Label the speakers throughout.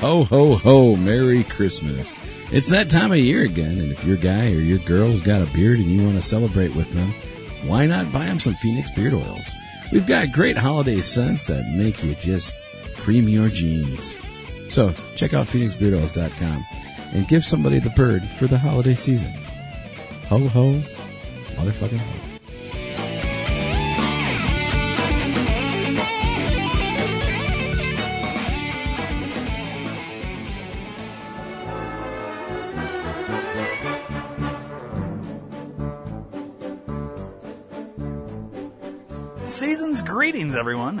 Speaker 1: Ho, ho, ho. Merry Christmas. It's that time of year again, and if your guy or your girl's got a beard and you want to celebrate with them, why not buy them some Phoenix beard oils? We've got great holiday scents that make you just cream your jeans. So check out PhoenixBeardOils.com and give somebody the bird for the holiday season. Ho, ho, motherfucking ho.
Speaker 2: Season's greetings, everyone.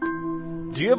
Speaker 2: Do you have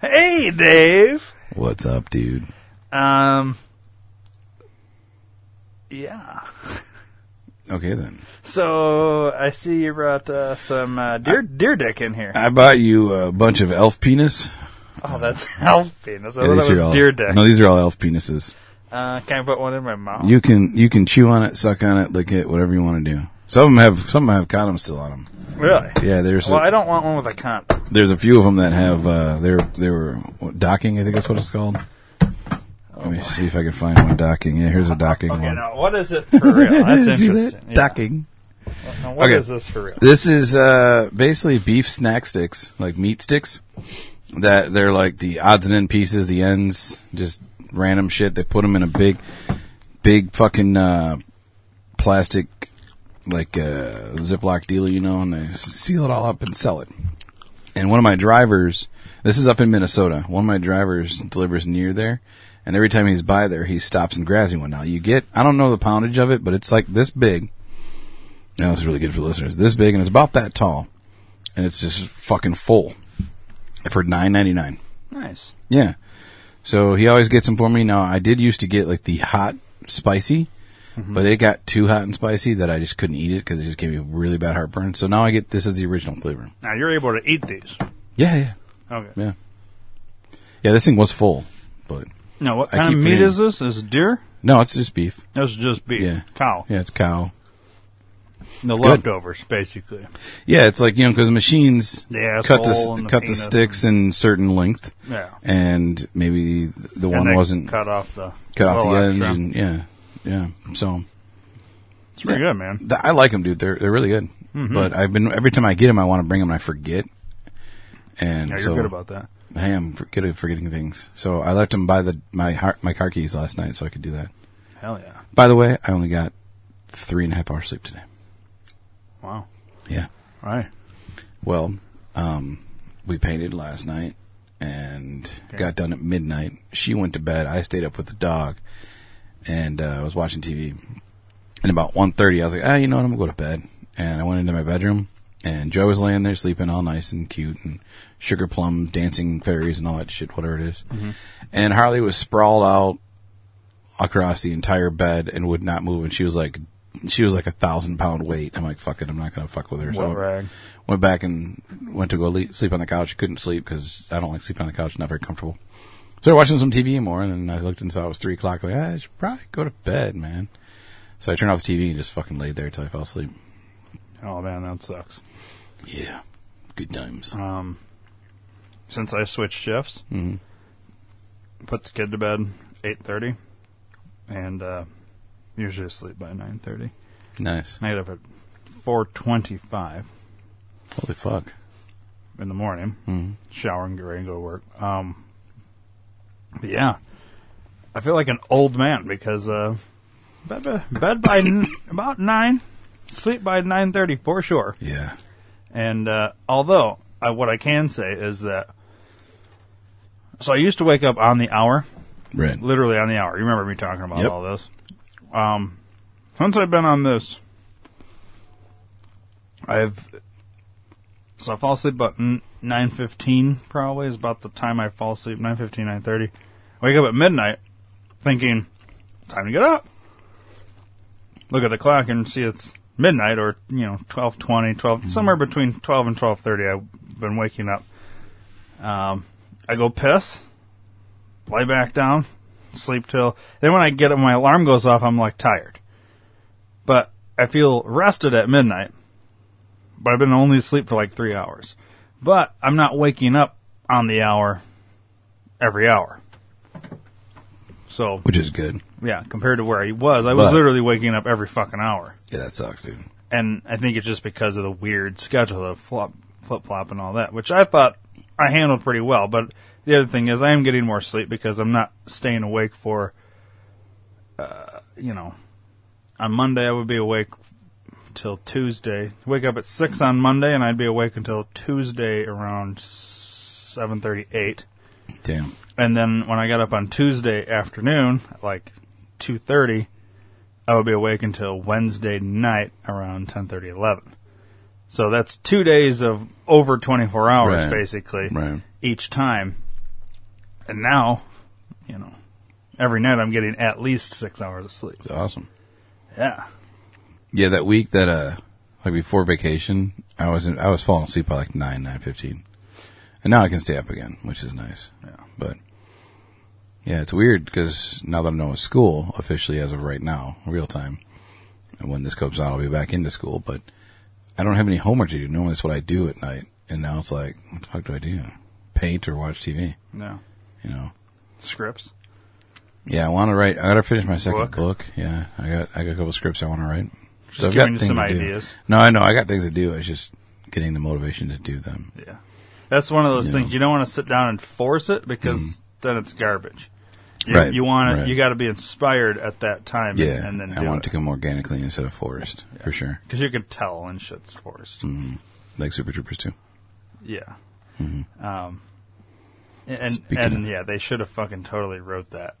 Speaker 2: Hey, Dave!
Speaker 1: What's up, dude?
Speaker 2: Um. Yeah.
Speaker 1: Okay, then.
Speaker 2: So I see you brought uh, some uh, deer deer dick in here.
Speaker 1: I bought you a bunch of elf penis.
Speaker 2: Oh, that's helping. That's
Speaker 1: Yeah,
Speaker 2: Oh, that
Speaker 1: these are
Speaker 2: was
Speaker 1: all-
Speaker 2: deer dick.
Speaker 1: No, these are all elf penises.
Speaker 2: Uh, can I put one in my mouth?
Speaker 1: You can you can chew on it, suck on it, lick it, whatever you want to do. Some of them have some of 'em have condoms still on them.
Speaker 2: really?
Speaker 1: Yeah, there's
Speaker 2: Well,
Speaker 1: a,
Speaker 2: I don't want one with a cunt.
Speaker 1: there's a few of them that have uh, they're they were what, docking. I think that's what it's called. Let me see if I can find one docking. Yeah, here's a docking
Speaker 2: Okay,
Speaker 1: one.
Speaker 2: now what is it for real? That's
Speaker 1: See
Speaker 2: interesting.
Speaker 1: that?
Speaker 2: Yeah.
Speaker 1: Docking.
Speaker 2: Now, what
Speaker 1: Okay.
Speaker 2: is this for real?
Speaker 1: This is uh, basically beef snack sticks, like meat sticks. That they're like the odds and end pieces, the ends, just random shit. They put them in a big, big fucking uh, plastic, like uh, Ziploc dealer, you know, and they seal it all up and sell it. And one of my drivers, this is up in Minnesota. One of my drivers delivers near there, and every time he's by there, he stops and grabs me one. Now you get, I don't know the poundage of it, but it's like this big. Now this is really good for listeners. This big and it's about that tall, and it's just fucking full for nine ninety nine.
Speaker 2: Nice.
Speaker 1: Yeah. So he always gets them for me. Now I did used to get like the hot spicy,
Speaker 2: Mm-hmm.
Speaker 1: but it got too hot and spicy that I just couldn't eat it because it just gave me really bad heartburn. So now I get this is the original flavor.
Speaker 2: Now you're able to eat these.
Speaker 1: Yeah, yeah,
Speaker 2: Okay.
Speaker 1: yeah. Yeah, this thing was full, but
Speaker 2: Now what
Speaker 1: I
Speaker 2: kind of
Speaker 1: keep
Speaker 2: meat
Speaker 1: forgetting.
Speaker 2: is this? Is it deer?
Speaker 1: no, it's just beef.
Speaker 2: That's just beef.
Speaker 1: Yeah.
Speaker 2: Cow.
Speaker 1: Yeah, it's cow.
Speaker 2: The
Speaker 1: good.
Speaker 2: leftovers, basically.
Speaker 1: Yeah, it's like you know because machines
Speaker 2: The asshole
Speaker 1: cut the
Speaker 2: and the
Speaker 1: cut the
Speaker 2: penis
Speaker 1: sticks in certain length,
Speaker 2: Yeah.
Speaker 1: and maybe the
Speaker 2: And
Speaker 1: one
Speaker 2: they
Speaker 1: wasn't
Speaker 2: cut off the
Speaker 1: cut off the
Speaker 2: little
Speaker 1: ends
Speaker 2: extra.
Speaker 1: and yeah, yeah. So
Speaker 2: It's pretty
Speaker 1: Yeah.
Speaker 2: good, man. Mm-hmm.
Speaker 1: th- I like them, dude. They're they're really good. But I've been every time I get them, I want to bring them. and I forget, And
Speaker 2: Yeah, you're
Speaker 1: so
Speaker 2: good about that.
Speaker 1: I am for- good at forgetting things. So I left him by the my har- my car keys last night, so I could do that.
Speaker 2: Hell yeah!
Speaker 1: By the way, I only got three and a half hours sleep today.
Speaker 2: Wow.
Speaker 1: Yeah.
Speaker 2: All right.
Speaker 1: Well, um, we painted last night and
Speaker 2: Okay.
Speaker 1: got done at midnight. She went to bed. I stayed up with the dog, and uh, I was watching TV. And about 1.30, I was like, ah, you know what? I'm gonna go to bed. And I went into my bedroom, and Joe was laying there sleeping, all nice and cute, and sugar plum dancing fairies and all that shit, whatever it is. And Harley was sprawled out across the entire bed and would not move. And she was like, she was like a thousand pound weight. I'm like, fuck it, I'm not gonna fuck with her.
Speaker 2: Wet rag.
Speaker 1: Went back and went to go le- sleep on the couch. Couldn't sleep because I don't like sleeping on the couch. Not very comfortable. Started watching some TV and more, and then I looked and saw it was three o'clock. Like, "Ah, I should probably go to bed, man. So I turned off the TV and just fucking laid there till I fell asleep.
Speaker 2: Oh man, that sucks.
Speaker 1: Yeah, good times.
Speaker 2: Um, since I switched shifts,
Speaker 1: Mhm. Mm-hmm.
Speaker 2: put the kid to bed eight thirty, and uh, usually asleep by nine thirty.
Speaker 1: Nice.
Speaker 2: Night up at four twenty-five
Speaker 1: Holy fuck.
Speaker 2: in the morning.
Speaker 1: Mhm.
Speaker 2: shower and get ready to go to work. Um, but yeah, I feel like an old man because uh, bed by, bed by n- about nine, sleep by nine thirty for sure.
Speaker 1: Yeah.
Speaker 2: And uh, although I, what I can say is that, so I used to wake up on the hour,
Speaker 1: Right.
Speaker 2: literally on the hour. You remember me talking about
Speaker 1: Yep.
Speaker 2: all this? Um, since I've been on this, I've so I fall asleep about nine fifteen. Probably is about the time I fall asleep. 9.15, 9.30. Wake up at midnight, thinking time to get up. Look at the clock and see it's midnight or you know 12.20, 12 somewhere between twelve and twelve thirty. I've been waking up. Um, I go piss, lay back down, sleep till then when I get up my alarm goes off I'm like tired. But I feel rested at midnight. But I've been only asleep for like 3 hours. But I'm not waking up on the hour every hour. So,
Speaker 1: Which is good.
Speaker 2: yeah, compared to where I was, I was
Speaker 1: But-
Speaker 2: literally waking up every fucking hour.
Speaker 1: Yeah, that sucks, dude.
Speaker 2: And I think it's just because of the weird schedule of flop, flip flop and all that, which I thought I handled pretty well. But the other thing is, I am getting more sleep because I'm not staying awake for, uh, you know, on Monday I would be awake till Tuesday. Wake up at six on Monday, and I'd be awake until Tuesday around seven thirty eight.
Speaker 1: Damn.
Speaker 2: And then when I got up on Tuesday afternoon, at like two thirty, I would be awake until Wednesday night around 10:30, 11. So that's two days of over twenty four hours
Speaker 1: Right.
Speaker 2: basically
Speaker 1: Right.
Speaker 2: each time. And now, you know, every night I'm getting at least six hours of sleep.
Speaker 1: It's awesome.
Speaker 2: Yeah.
Speaker 1: Yeah, that week that uh, like before vacation, I was in, I was falling asleep by like nine nine fifteen, and now I can stay up again, which is nice.
Speaker 2: Yeah.
Speaker 1: but yeah, it's weird because now that I'm done with school officially as of right now, real time, and when this comes out, I'll be back into school. But I don't have any homework to do. Normally, that's what I do at night, and now it's like, what the fuck do I do? Paint or watch TV?
Speaker 2: Yeah.
Speaker 1: You know.
Speaker 2: Scripts.
Speaker 1: Yeah, I want to write. I gotta finish my second
Speaker 2: Book?
Speaker 1: book. Yeah, I got I got a couple scripts I want to write.
Speaker 2: Just giving you some ideas.
Speaker 1: Do. No, I know I got things to do. It's just getting the motivation to do them.
Speaker 2: Yeah. That's one of those
Speaker 1: Yeah.
Speaker 2: things you don't want to sit down and force it because then it's garbage. You,
Speaker 1: Mm-hmm. Right,
Speaker 2: You want to
Speaker 1: right.
Speaker 2: you got to be inspired at that time and-
Speaker 1: Yeah,
Speaker 2: and then do
Speaker 1: I want
Speaker 2: it.
Speaker 1: to come organically instead of forced for sure.
Speaker 2: Because you can tell when shit's forced.
Speaker 1: Mm. Like Super Troopers too.
Speaker 2: Yeah. Um, and
Speaker 1: Mm-hmm. Speaking
Speaker 2: and
Speaker 1: of-
Speaker 2: yeah, they should have fucking totally wrote that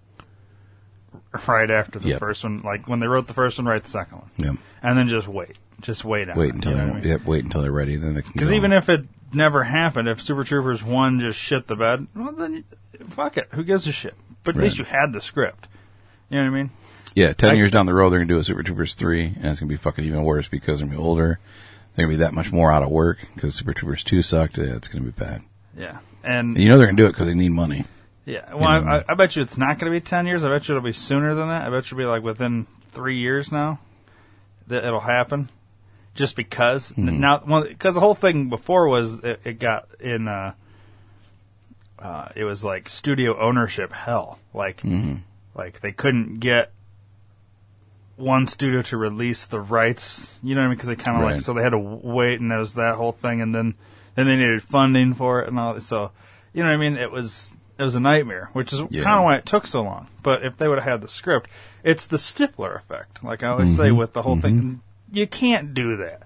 Speaker 2: right after the
Speaker 1: Yep.
Speaker 2: first one. Like when they wrote the first one, write the second one,
Speaker 1: Yep.
Speaker 2: and then just wait, just wait. on
Speaker 1: Wait
Speaker 2: it,
Speaker 1: until
Speaker 2: you know
Speaker 1: they're
Speaker 2: what I
Speaker 1: yep. Wait until they're ready. Then they can.
Speaker 2: Because
Speaker 1: go.
Speaker 2: even if it never happened, if Super Troopers one just shit the bed, well then fuck it. Who gives a shit? But at
Speaker 1: Right.
Speaker 2: least you had the script. You know what I mean?
Speaker 1: yeah, ten
Speaker 2: I-
Speaker 1: years down the road, they're gonna do a Super Troopers three, and it's gonna be fucking even worse because they're gonna be older. They're gonna be that much more out of work because Super Troopers two sucked. Yeah, it's gonna be bad.
Speaker 2: Yeah. And
Speaker 1: And you know they're gonna do it because they need money.
Speaker 2: Yeah, well, I, I,
Speaker 1: know?
Speaker 2: I bet you it's not going to be ten years. I bet you it'll be sooner than that. I bet you'll be like within three years now that it'll happen. Just because now, because the whole thing before was it, it got in. Uh, uh, it was like studio ownership hell. Like, like they couldn't get one studio to release the rights. You know what I mean? Because they kind of
Speaker 1: Right.
Speaker 2: like so they had to w- wait, and there was that whole thing, and then. and they needed funding for it and all. that. So, you know what I mean? It was it was a nightmare, which is
Speaker 1: Yeah.
Speaker 2: kind of why it took so long. But if they would have had the script, it's the Stifler effect. Like I always
Speaker 1: Mm-hmm.
Speaker 2: say with the whole thing, you can't do that.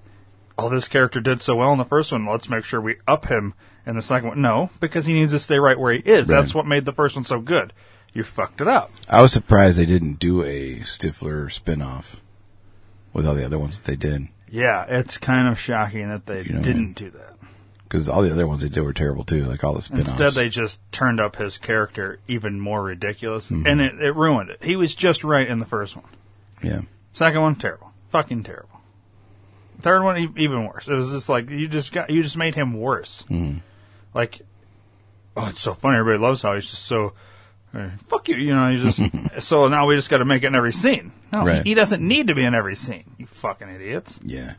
Speaker 2: Oh, this character did so well in the first one. Let's make sure we up him in the second one. No, because he needs to stay right where he is. That's what made the first one so good. You fucked it up.
Speaker 1: I was surprised they didn't do a Stifler spinoff with all the other ones that they did.
Speaker 2: Yeah, it's kind of shocking that they
Speaker 1: know,
Speaker 2: didn't do that.
Speaker 1: Because all the other ones they did were terrible too, like all the spinoffs.
Speaker 2: Instead, they just turned up his character even more ridiculous, and it, it ruined it. He was just right in the first one.
Speaker 1: yeah.
Speaker 2: Second one, terrible, fucking terrible. Third one, e- even worse. It was just like you just got you just made him worse. Like, oh, it's so funny. Everybody loves how he's just so. uh, Fuck you, you know. You just so now we just got to make it in every scene. No, he-
Speaker 1: Right.
Speaker 2: he doesn't need to be in every scene. You fucking idiots.
Speaker 1: Yeah.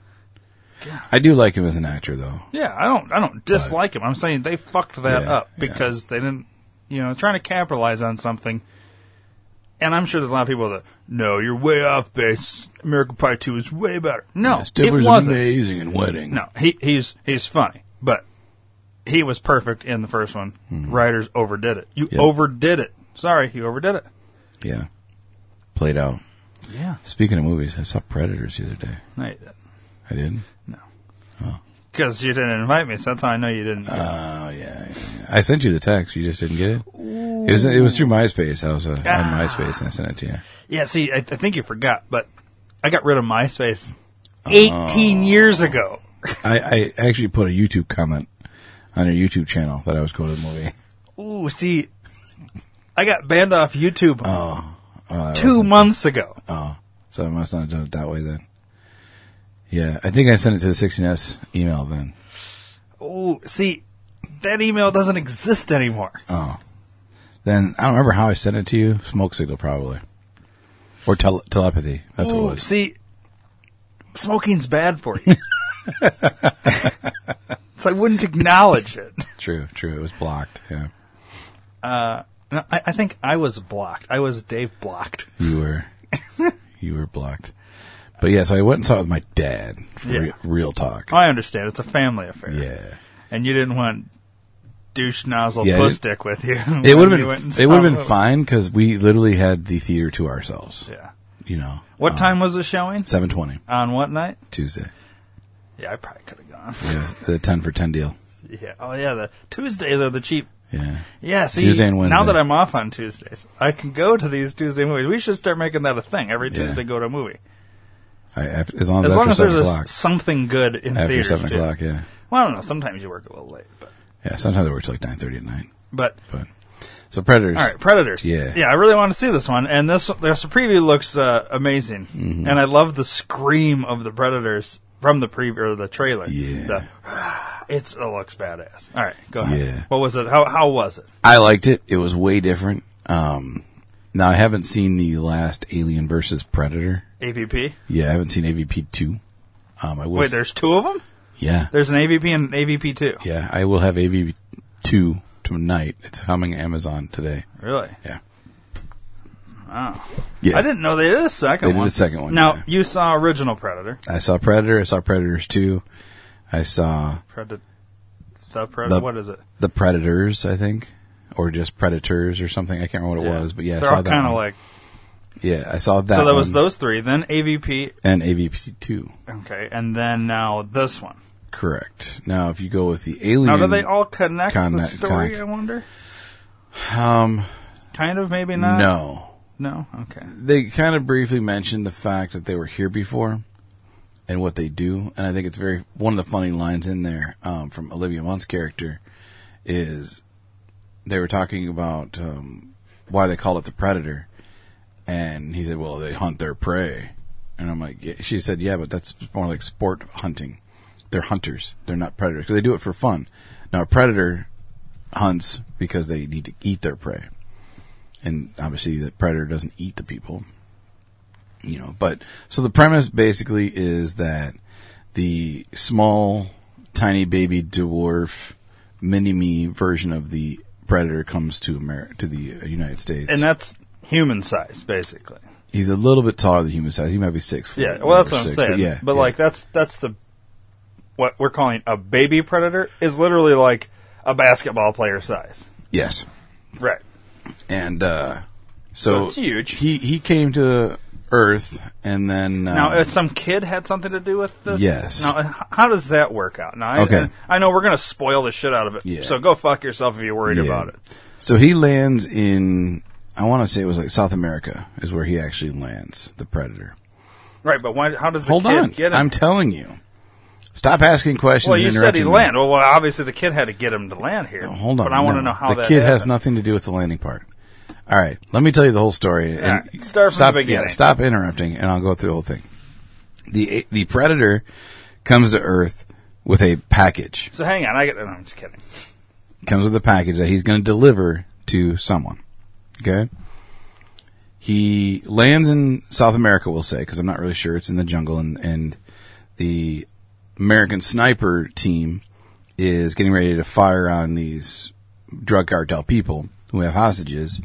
Speaker 1: I do like him as an actor though.
Speaker 2: Yeah, I don't I don't dislike him. I'm saying they fucked that
Speaker 1: Yeah,
Speaker 2: up
Speaker 1: yeah.
Speaker 2: because they didn't you know, trying to capitalize on something. And I'm sure there's a lot of people that no, you're way off base. American Pie 2 is way better. No,
Speaker 1: Yeah,
Speaker 2: it wasn't.
Speaker 1: amazing in Wedding.
Speaker 2: No, he he's he's funny, but he was perfect in the first one. Writers overdid it. You
Speaker 1: Hmm. Yeah.
Speaker 2: overdid it. Sorry, you overdid it.
Speaker 1: Yeah. Played out.
Speaker 2: Yeah.
Speaker 1: Speaking of movies, I saw Predators the other day.
Speaker 2: No, you didn't.
Speaker 1: I did.
Speaker 2: Because you didn't invite me, so that's how I know you didn't.
Speaker 1: Oh yeah, yeah. I sent you the text. You just didn't get it. It was it was through MySpace. I was uh, on
Speaker 2: Ah.
Speaker 1: MySpace and I sent it to you.
Speaker 2: Yeah, see, I, I think you forgot, but I got rid of MySpace 18 years ago.
Speaker 1: I, I actually put a YouTube comment on your YouTube channel that I was going to the movie.
Speaker 2: Ooh, see, I got banned off YouTube
Speaker 1: Uh,
Speaker 2: two months ago.
Speaker 1: Oh, so I must not have done it that way then. Yeah, I think I sent it to the 16S email then.
Speaker 2: Ooh, see, that email doesn't exist anymore.
Speaker 1: Oh, then I don't remember how I sent it to you. Smoke signal probably, or tele- telepathy. That's what
Speaker 2: Ooh,
Speaker 1: it was.
Speaker 2: see, smoking's bad for you. so I wouldn't acknowledge it.
Speaker 1: True, true. It was blocked. Yeah,
Speaker 2: No, I, I think I was blocked. I was Dave blocked.
Speaker 1: you were, you were blocked. But yeah, so I went and saw it with my dad for
Speaker 2: Yeah. Oh,
Speaker 1: re- real talk.
Speaker 2: I understand. It's a family affair.
Speaker 1: Yeah.
Speaker 2: and you didn't want douche nozzle
Speaker 1: Yeah,
Speaker 2: puss
Speaker 1: it-
Speaker 2: dick with you.
Speaker 1: It would have
Speaker 2: when you
Speaker 1: been
Speaker 2: went and
Speaker 1: it would
Speaker 2: saw
Speaker 1: have been fine because we literally had the theater to ourselves.
Speaker 2: Yeah.
Speaker 1: You know, Uh,
Speaker 2: What time was the showing?
Speaker 1: Seven twenty
Speaker 2: On what night?
Speaker 1: Tuesday.
Speaker 2: Yeah, I probably could have gone.
Speaker 1: Yeah, the ten for ten deal.
Speaker 2: Yeah. Oh yeah, the Tuesdays are the cheap.
Speaker 1: Yeah.
Speaker 2: Yeah. See,
Speaker 1: Tuesday and Wednesday.
Speaker 2: now that I'm off on Tuesdays, I can go to these Tuesday movies. We should start making that a thing. Every
Speaker 1: Yeah.
Speaker 2: Tuesday, go to a movie.
Speaker 1: I, af- as long as, after
Speaker 2: As long as there's
Speaker 1: seven
Speaker 2: a,
Speaker 1: o'clock.
Speaker 2: s- something good in
Speaker 1: After
Speaker 2: theaters.
Speaker 1: seven
Speaker 2: too.
Speaker 1: o'clock, yeah.
Speaker 2: Well, I don't know. Sometimes you work a little late, but
Speaker 1: Yeah. Sometimes it works like nine thirty at night.
Speaker 2: but
Speaker 1: But so predators.
Speaker 2: All right, Predators.
Speaker 1: Yeah.
Speaker 2: yeah, I really want to see this one, and this this preview looks uh, amazing,
Speaker 1: Mm-hmm.
Speaker 2: and I love the scream of the Predators from the preview or the trailer.
Speaker 1: Yeah.
Speaker 2: The- it's it looks badass. All right, go ahead.
Speaker 1: Yeah.
Speaker 2: What was it? How how was it?
Speaker 1: I liked it. It was way different. Um, now I haven't seen the last Alien versus Predator.
Speaker 2: AVP.
Speaker 1: Yeah, I haven't seen AVP two. Um, I will.
Speaker 2: Wait,
Speaker 1: s-
Speaker 2: there's two of them.
Speaker 1: yeah,
Speaker 2: There's an AVP and an AVP two.
Speaker 1: yeah. I will have AVP two tonight. It's coming Amazon today.
Speaker 2: Really?
Speaker 1: Yeah.
Speaker 2: Wow.
Speaker 1: Yeah.
Speaker 2: I didn't know they did a second
Speaker 1: They did
Speaker 2: one.
Speaker 1: a second one,
Speaker 2: Now
Speaker 1: yeah.
Speaker 2: you saw original Predator.
Speaker 1: I saw Predator. I saw Predators two. I saw
Speaker 2: Predator. The Predator.
Speaker 1: The-
Speaker 2: what is it?
Speaker 1: the Predators. I think, or just Predators or something. I can't remember what it was, but yeah, I
Speaker 2: they're
Speaker 1: saw
Speaker 2: all
Speaker 1: that
Speaker 2: kind of
Speaker 1: one.
Speaker 2: like.
Speaker 1: Yeah, I saw that.
Speaker 2: So there was
Speaker 1: one
Speaker 2: those three, then AVP.
Speaker 1: and AVP two.
Speaker 2: Okay, and then now this one.
Speaker 1: Correct. Now, if you go with the alien,
Speaker 2: Now, do they all connect the
Speaker 1: Connect-
Speaker 2: story?
Speaker 1: connect.
Speaker 2: I wonder.
Speaker 1: um,
Speaker 2: Kind of, maybe not.
Speaker 1: no,
Speaker 2: no. Okay.
Speaker 1: they kind of briefly mentioned the fact that they were here before and what they do, and I think it's very one of the funny lines in there um, from Olivia Munn's character is they were talking about um, why they call it the predator, and he said, "Well, they hunt their prey," and I'm like, yeah. "She said, yeah, but that's more like sport hunting. They're hunters. They're not predators 'cause they do it for fun. Now, a predator hunts because they need to eat their prey." and obviously the predator doesn't eat the people. You know, but so the premise basically is that the small, tiny baby dwarf mini me version of the predator comes to America, to the United States.
Speaker 2: And that's human size, basically.
Speaker 1: he's a little bit taller than human size. He might be six. foot,
Speaker 2: Yeah. Well, that's
Speaker 1: or
Speaker 2: what I'm
Speaker 1: six,
Speaker 2: saying.
Speaker 1: But yeah,
Speaker 2: But
Speaker 1: yeah.
Speaker 2: like, that's that's the what we're calling a baby predator is literally like a basketball player size.
Speaker 1: Yes.
Speaker 2: Right.
Speaker 1: And uh, so,
Speaker 2: So it's huge.
Speaker 1: He he came to Earth, and then uh,
Speaker 2: Now, if some kid had something to do with this.
Speaker 1: Yes.
Speaker 2: Now, uh, h- how does that work out? Now, I,
Speaker 1: Okay.
Speaker 2: I, know we're going to spoil the shit out of it.
Speaker 1: Yeah.
Speaker 2: So go fuck yourself if you're worried
Speaker 1: Yeah.
Speaker 2: about it.
Speaker 1: So he lands in, I want to say it was like South America is where he actually lands, the Predator.
Speaker 2: Right, but why? How does the
Speaker 1: Hold
Speaker 2: kid
Speaker 1: on.
Speaker 2: get him?
Speaker 1: I'm telling you. Stop asking questions.
Speaker 2: well, you
Speaker 1: and
Speaker 2: said he
Speaker 1: interrupting me.
Speaker 2: land. Well, well, obviously the kid had to get him to land here.
Speaker 1: Oh, Hold on.
Speaker 2: But I want to
Speaker 1: no.
Speaker 2: know how
Speaker 1: The
Speaker 2: that
Speaker 1: kid has
Speaker 2: happened.
Speaker 1: nothing to do with the landing part. All right. Let me tell you the whole story.
Speaker 2: All right, start from
Speaker 1: stop,
Speaker 2: the beginning.
Speaker 1: Yeah, stop interrupting, and I'll go through the whole thing. The, the Predator comes to Earth with a package.
Speaker 2: So hang on. I get. No, I'm just kidding.
Speaker 1: comes with a package that he's going to deliver to someone. Okay. He lands in South America, we'll say, because I'm not really sure. It's in the jungle, and, and the American sniper team is getting ready to fire on these drug cartel people who have hostages,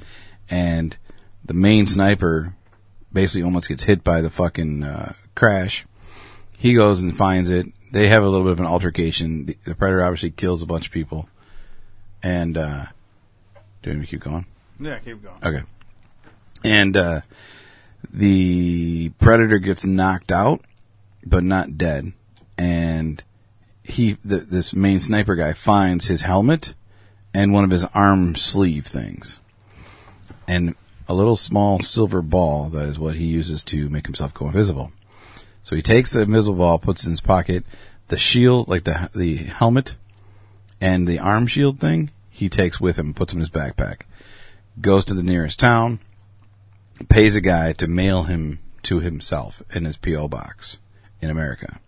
Speaker 1: and the main sniper basically almost gets hit by the fucking uh, crash. He goes and finds it. They have a little bit of an altercation. The, the predator obviously kills a bunch of people. And uh do we need to keep going?
Speaker 2: Yeah, keep going.
Speaker 1: Okay. And uh the predator gets knocked out but not dead. And he th- this main sniper guy finds his helmet and one of his arm sleeve things. And a little small silver ball that is what he uses to make himself go invisible. So he takes the invisible ball, puts it in his pocket, the shield, like the the helmet and the arm shield thing he takes with him, puts in his backpack, goes to the nearest town, pays a guy to mail him to himself in his P.O. box in America.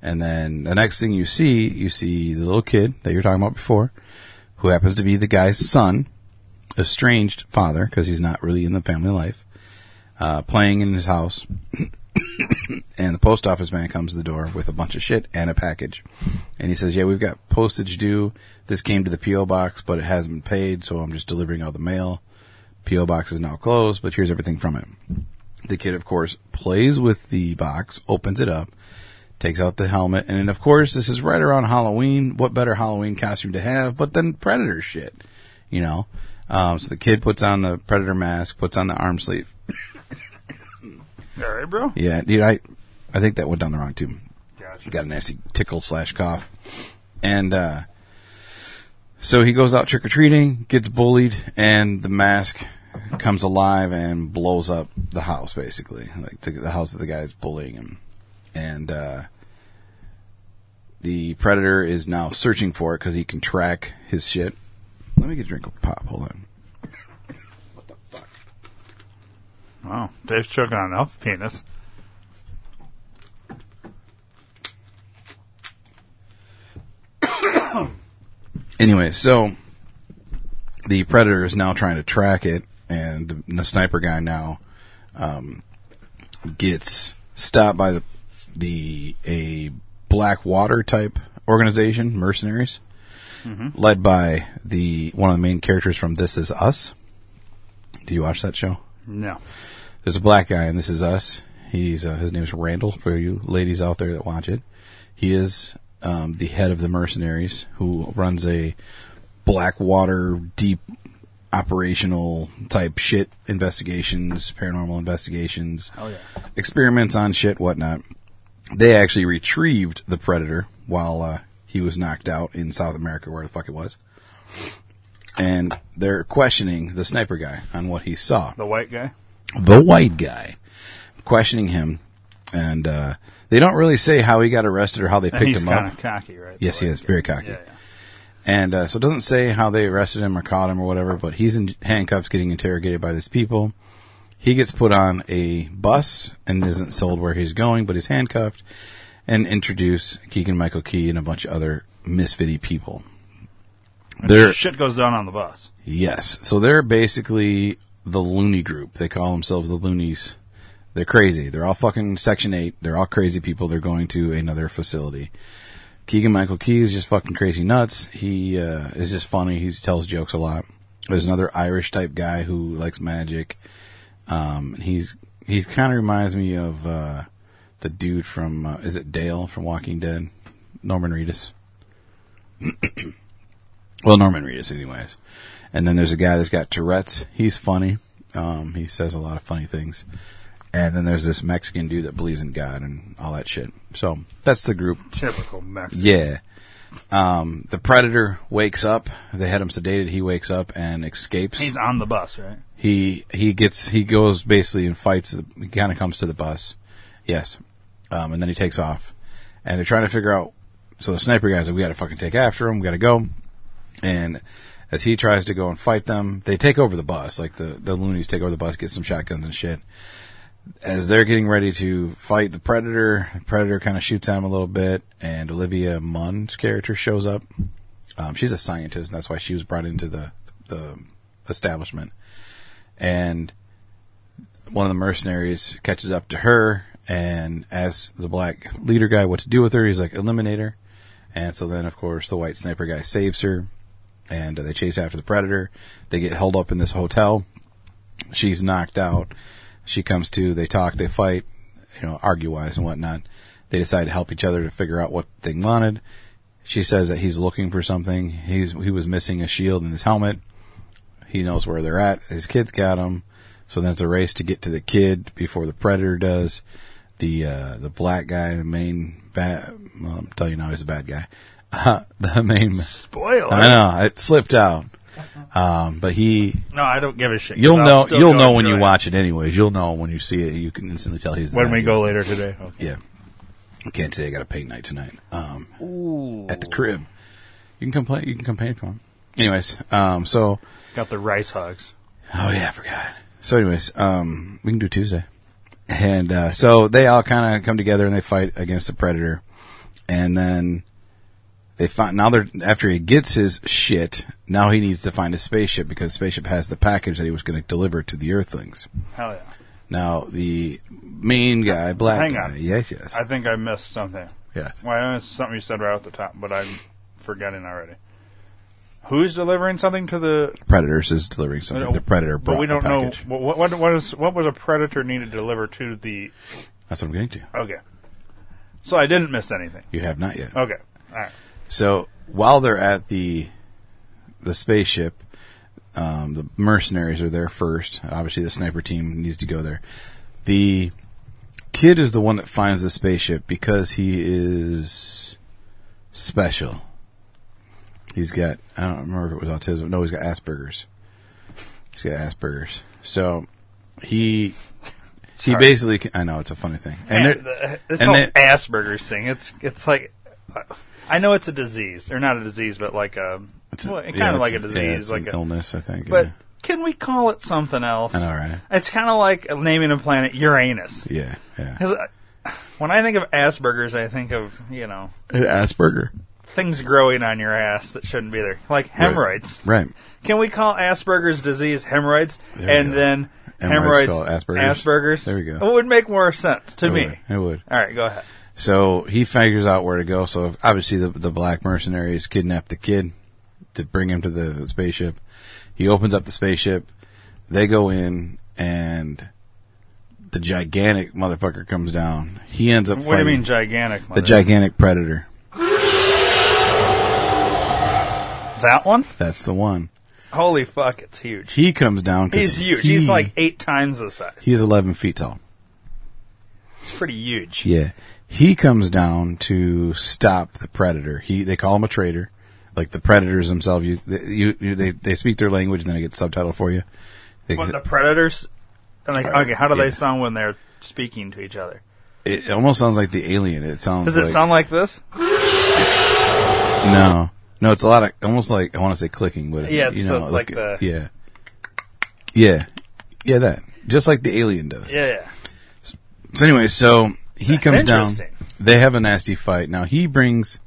Speaker 1: And then the next thing you see, you see the little kid that you're talking about before, who happens to be the guy's son, estranged father, because he's not really in the family life, uh, playing in his house. and the post office man comes to the door with a bunch of shit and a package. And he says, yeah, we've got postage due. This came to the P.O. box, but it hasn't been paid, so I'm just delivering all the mail. P.O. box is now closed, but here's everything from it. The kid, of course, plays with the box, opens it up, takes out the helmet, and then, of course, this is right around Halloween. What better Halloween costume to have but then Predator shit, you know? Um, so the kid puts on the Predator mask, puts on the arm sleeve.
Speaker 2: All right, bro.
Speaker 1: Yeah, dude, I, I think that went down the wrong tube.
Speaker 2: Gotcha.
Speaker 1: got a nasty tickle slash cough. And uh, so he goes out trick or treating, gets bullied, and the mask comes alive and blows up the house, basically, like the, the house that the guy's bullying him. And uh, the predator is now searching for it because he can track his shit. Let me get a drink of pop. Hold on.
Speaker 2: Wow. Dave's choking on enough penis.
Speaker 1: Anyway, so the predator is now trying to track it, and the, the sniper guy now um, gets stopped by the the a black water type organization, mercenaries, led by the one of the main characters from This Is Us. Do you watch that show?
Speaker 2: No.
Speaker 1: There's a black guy, and this is us. He's uh, his name is Randall. For you ladies out there that watch it, he is um, the head of the mercenaries who runs a black water deep operational type shit investigations, paranormal investigations,
Speaker 2: Hell yeah.
Speaker 1: experiments on shit, whatnot. They actually retrieved the predator while uh, he was knocked out in South America, where the fuck it was. And they're questioning the sniper guy on what he saw
Speaker 2: The white guy.
Speaker 1: the white guy questioning him and uh they don't really say how he got arrested or how they
Speaker 2: And
Speaker 1: picked
Speaker 2: he's
Speaker 1: him up
Speaker 2: kind of cocky, right?
Speaker 1: Yes,
Speaker 2: The
Speaker 1: he
Speaker 2: white
Speaker 1: is.
Speaker 2: guy.
Speaker 1: Very cocky.
Speaker 2: Yeah, yeah.
Speaker 1: and uh so it doesn't say how they arrested him or caught him or whatever but he's in handcuffs getting interrogated by these people he gets put on a bus and isn't sold where he's going but he's handcuffed and introduce keegan michael key and a bunch of other misfitty people
Speaker 2: And
Speaker 1: They're-
Speaker 2: shit goes down on the bus.
Speaker 1: Yes. So they're basically the loony group. They call themselves the loonies. They're crazy. They're all fucking Section 8. They're all crazy people. They're going to another facility. Keegan Michael Key is just fucking crazy nuts. He uh, is just funny. He tells jokes a lot. There's another Irish type guy who likes magic. Um, he's he kind of reminds me of uh, the dude from uh, is it Dale from Walking Dead, Norman Reedus. well, Norman Reedus, anyways. And then there's a guy that's got Tourette's. He's funny. Um, he says a lot of funny things. And then there's this Mexican dude that believes in God and all that shit. So that's the group.
Speaker 2: Typical Mexican.
Speaker 1: Yeah. Um, the predator wakes up. They had him sedated. He wakes up and escapes
Speaker 2: He's on the bus, right?
Speaker 1: he he gets he goes basically and fights. The, he kind of comes to the bus, yes, um, and then he takes off. And they're trying to figure out. So the sniper guys, like, we got to fucking take after him. We got to go. And as he tries to go and fight them, they take over the bus. Like the the loonies take over the bus, get some shotguns and shit. As they're getting ready to fight the predator, the predator kind of shoots at him a little bit, and Olivia Munn's character shows up. Um, she's a scientist, and that's why she was brought into the the establishment and one of the mercenaries catches up to her and asks the black leader guy what to do with her. He's like, eliminate her. And so then, of course, the white sniper guy saves her, and uh, they chase after the predator. They get held up in this hotel. She's knocked out. She comes to. They talk. They fight. You know, argue wise and whatnot. They decide to help each other to figure out what they wanted. She says that he's looking for something. He's he was missing a shield and his helmet. He knows where they're at. His kid's got him. So then it's a race to get to the kid before the predator does. The uh, the black guy, the main bad. Well, I'm telling you now, he's a bad guy. Uh, the main.
Speaker 2: Spoiler.
Speaker 1: I know it slipped out. Um, but he,
Speaker 2: No, I don't give a shit. 'cause
Speaker 1: you'll
Speaker 2: I'll
Speaker 1: know,
Speaker 2: still
Speaker 1: you'll
Speaker 2: go
Speaker 1: know when
Speaker 2: through
Speaker 1: you
Speaker 2: it.
Speaker 1: watch it. Anyways, you'll know when you see it. You can instantly tell he's the
Speaker 2: When
Speaker 1: bad
Speaker 2: we
Speaker 1: guy.
Speaker 2: go later today. Okay.
Speaker 1: Yeah, I can't today. I got a paint night tonight. Um,
Speaker 2: Ooh.
Speaker 1: at the crib. You can come play. You can come paint for him. Anyways, um, so
Speaker 2: Got the rice hogs.
Speaker 1: Oh yeah, I forgot. So, anyways, um, we can do Tuesday, and uh, so they all kind of come together and they fight against the predator, and then they find now they're after he gets his shit. Now he needs to find a spaceship because the spaceship has the package that he was going to deliver to the Earthlings.
Speaker 2: Hell yeah.
Speaker 1: Now the main guy, black
Speaker 2: Uh, Hang
Speaker 1: guy,
Speaker 2: on.
Speaker 1: yes, yes,
Speaker 2: I think I missed something.
Speaker 1: yes.
Speaker 2: Well, I missed something you said right off the top, but I'm forgetting already. Who's delivering something to the?
Speaker 1: Predators is delivering something. The predator brought
Speaker 2: but we don't
Speaker 1: the
Speaker 2: know
Speaker 1: package.
Speaker 2: what what what, is, what was a predator needed to deliver to the?
Speaker 1: That's what I'm getting to.
Speaker 2: Okay, so I didn't miss anything.
Speaker 1: You have not yet.
Speaker 2: Okay, all right.
Speaker 1: So while they're at the the spaceship, um, the mercenaries are there first. Obviously, the sniper team needs to go there. The kid is the one that finds the spaceship because he is special. He's got I don't remember if it was autism. No, he's got Asperger's. He's got Asperger's. So he he
Speaker 2: Sorry.
Speaker 1: basically I know it's a funny thing. And there-
Speaker 2: Man, the- this
Speaker 1: and
Speaker 2: whole
Speaker 1: they-
Speaker 2: Asperger's thing. It's it's like I know it's a disease or not a disease, but like a
Speaker 1: it's-
Speaker 2: well, kind
Speaker 1: yeah,
Speaker 2: of
Speaker 1: it's-
Speaker 2: like
Speaker 1: yeah,
Speaker 2: a disease,
Speaker 1: it's
Speaker 2: like
Speaker 1: an
Speaker 2: a,
Speaker 1: illness. I think.
Speaker 2: but
Speaker 1: yeah.
Speaker 2: can we call it something else?
Speaker 1: I know, right?
Speaker 2: It's kind of like naming a planet Uranus.
Speaker 1: Yeah, yeah.
Speaker 2: 'Cause I- when I think of Asperger's, I think of you know
Speaker 1: Asperger.
Speaker 2: things growing on your ass that shouldn't be there, like hemorrhoids.
Speaker 1: Right.
Speaker 2: Can we call Asperger's disease hemorrhoids,
Speaker 1: There we
Speaker 2: and
Speaker 1: go.
Speaker 2: then
Speaker 1: Hemorrhoids
Speaker 2: hemorrhoids,
Speaker 1: called Asperger's?
Speaker 2: Asperger's?
Speaker 1: There we go.
Speaker 2: It would make more sense to
Speaker 1: It
Speaker 2: me.
Speaker 1: would. It would.
Speaker 2: All right, go ahead.
Speaker 1: So he figures out where to go. So obviously the the black mercenaries kidnap the kid to bring him to the spaceship. He opens up the spaceship. They go in and the gigantic motherfucker comes down. He ends up
Speaker 2: What do you
Speaker 1: fighting
Speaker 2: mean gigantic?
Speaker 1: the
Speaker 2: mother?
Speaker 1: gigantic predator.
Speaker 2: that one?
Speaker 1: That's the one.
Speaker 2: Holy fuck, it's huge.
Speaker 1: He comes down. 'cause
Speaker 2: He's huge.
Speaker 1: he-
Speaker 2: He's like eight times the size.
Speaker 1: he's 11 feet tall.
Speaker 2: It's pretty huge.
Speaker 1: Yeah. He comes down to stop the predator. He they call him a traitor. Like the predators themselves, you, they- you, you they, they speak their language and then it gets subtitled for you. They-
Speaker 2: What the predators? And like, okay, how do
Speaker 1: Yeah.
Speaker 2: they sound when they're speaking to each other?
Speaker 1: it almost sounds like the alien. It sounds
Speaker 2: Does it
Speaker 1: like,
Speaker 2: sound like this?
Speaker 1: no, no. It's a lot of almost like I want to say clicking, but it's,
Speaker 2: Yeah,
Speaker 1: you
Speaker 2: it's-
Speaker 1: know,
Speaker 2: so it's like the-
Speaker 1: yeah, yeah, yeah. That just like the alien does.
Speaker 2: Yeah, yeah.
Speaker 1: So anyway, so he comes down.
Speaker 2: Interesting.
Speaker 1: They have a nasty fight. Now he brings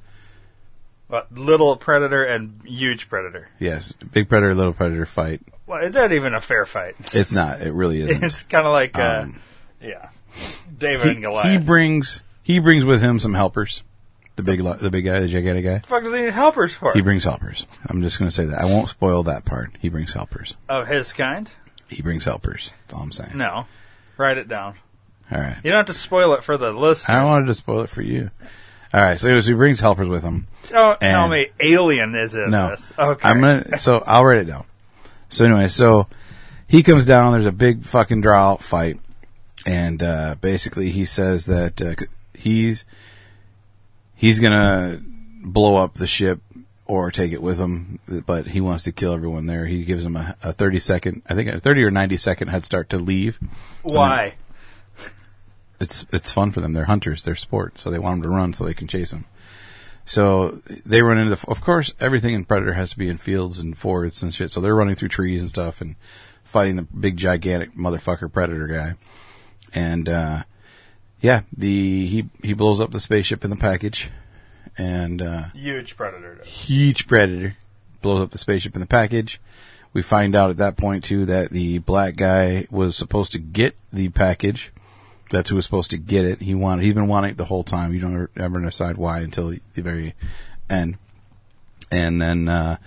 Speaker 2: But little predator and huge predator.
Speaker 1: yes, big predator, little predator fight.
Speaker 2: Well, it's not even a fair fight.
Speaker 1: It's not. It really isn't.
Speaker 2: It's kind of like, uh,
Speaker 1: Um,
Speaker 2: yeah, David
Speaker 1: he,
Speaker 2: and Goliath.
Speaker 1: he brings he brings with him some helpers. The big lo- the big guy, the gigantic guy.
Speaker 2: the fuck does he need helpers for?
Speaker 1: He brings helpers. I'm just going to say that. I won't spoil that part. He brings helpers.
Speaker 2: of his kind?
Speaker 1: He brings helpers. That's all I'm saying.
Speaker 2: No. Write it down.
Speaker 1: All right.
Speaker 2: You don't have to spoil it for the listeners.
Speaker 1: I wanted to spoil it for you. All right. So he brings helpers with him.
Speaker 2: Don't tell
Speaker 1: And-
Speaker 2: me Alien is in
Speaker 1: No.
Speaker 2: this. Okay.
Speaker 1: I'm gonna. So I'll write it down. So anyway, so he comes down. There's a big fucking draw out fight, and uh, basically he says that uh, c- he's he's gonna blow up the ship or take it with him, but he wants to kill everyone there. He gives him a, a 30 second, I think a 30 or 90 second head start to leave.
Speaker 2: Why?
Speaker 1: it's it's fun for them. They're hunters. They're sport, so they want them to run so they can chase them. So they run into the. Of course, everything in Predator has to be in fields and forests and shit. So they're running through trees and stuff and fighting the big gigantic motherfucker Predator guy. And uh, yeah, the he he blows up the spaceship in the package, and uh,
Speaker 2: Huge predator.
Speaker 1: huge Predator blows up the spaceship in the package. We find out at that point too that the black guy was supposed to get the package. That's who was supposed to get it. He wanted. He's been wanting it the whole time. You don't ever, ever decide why until the, the very end. And then uh,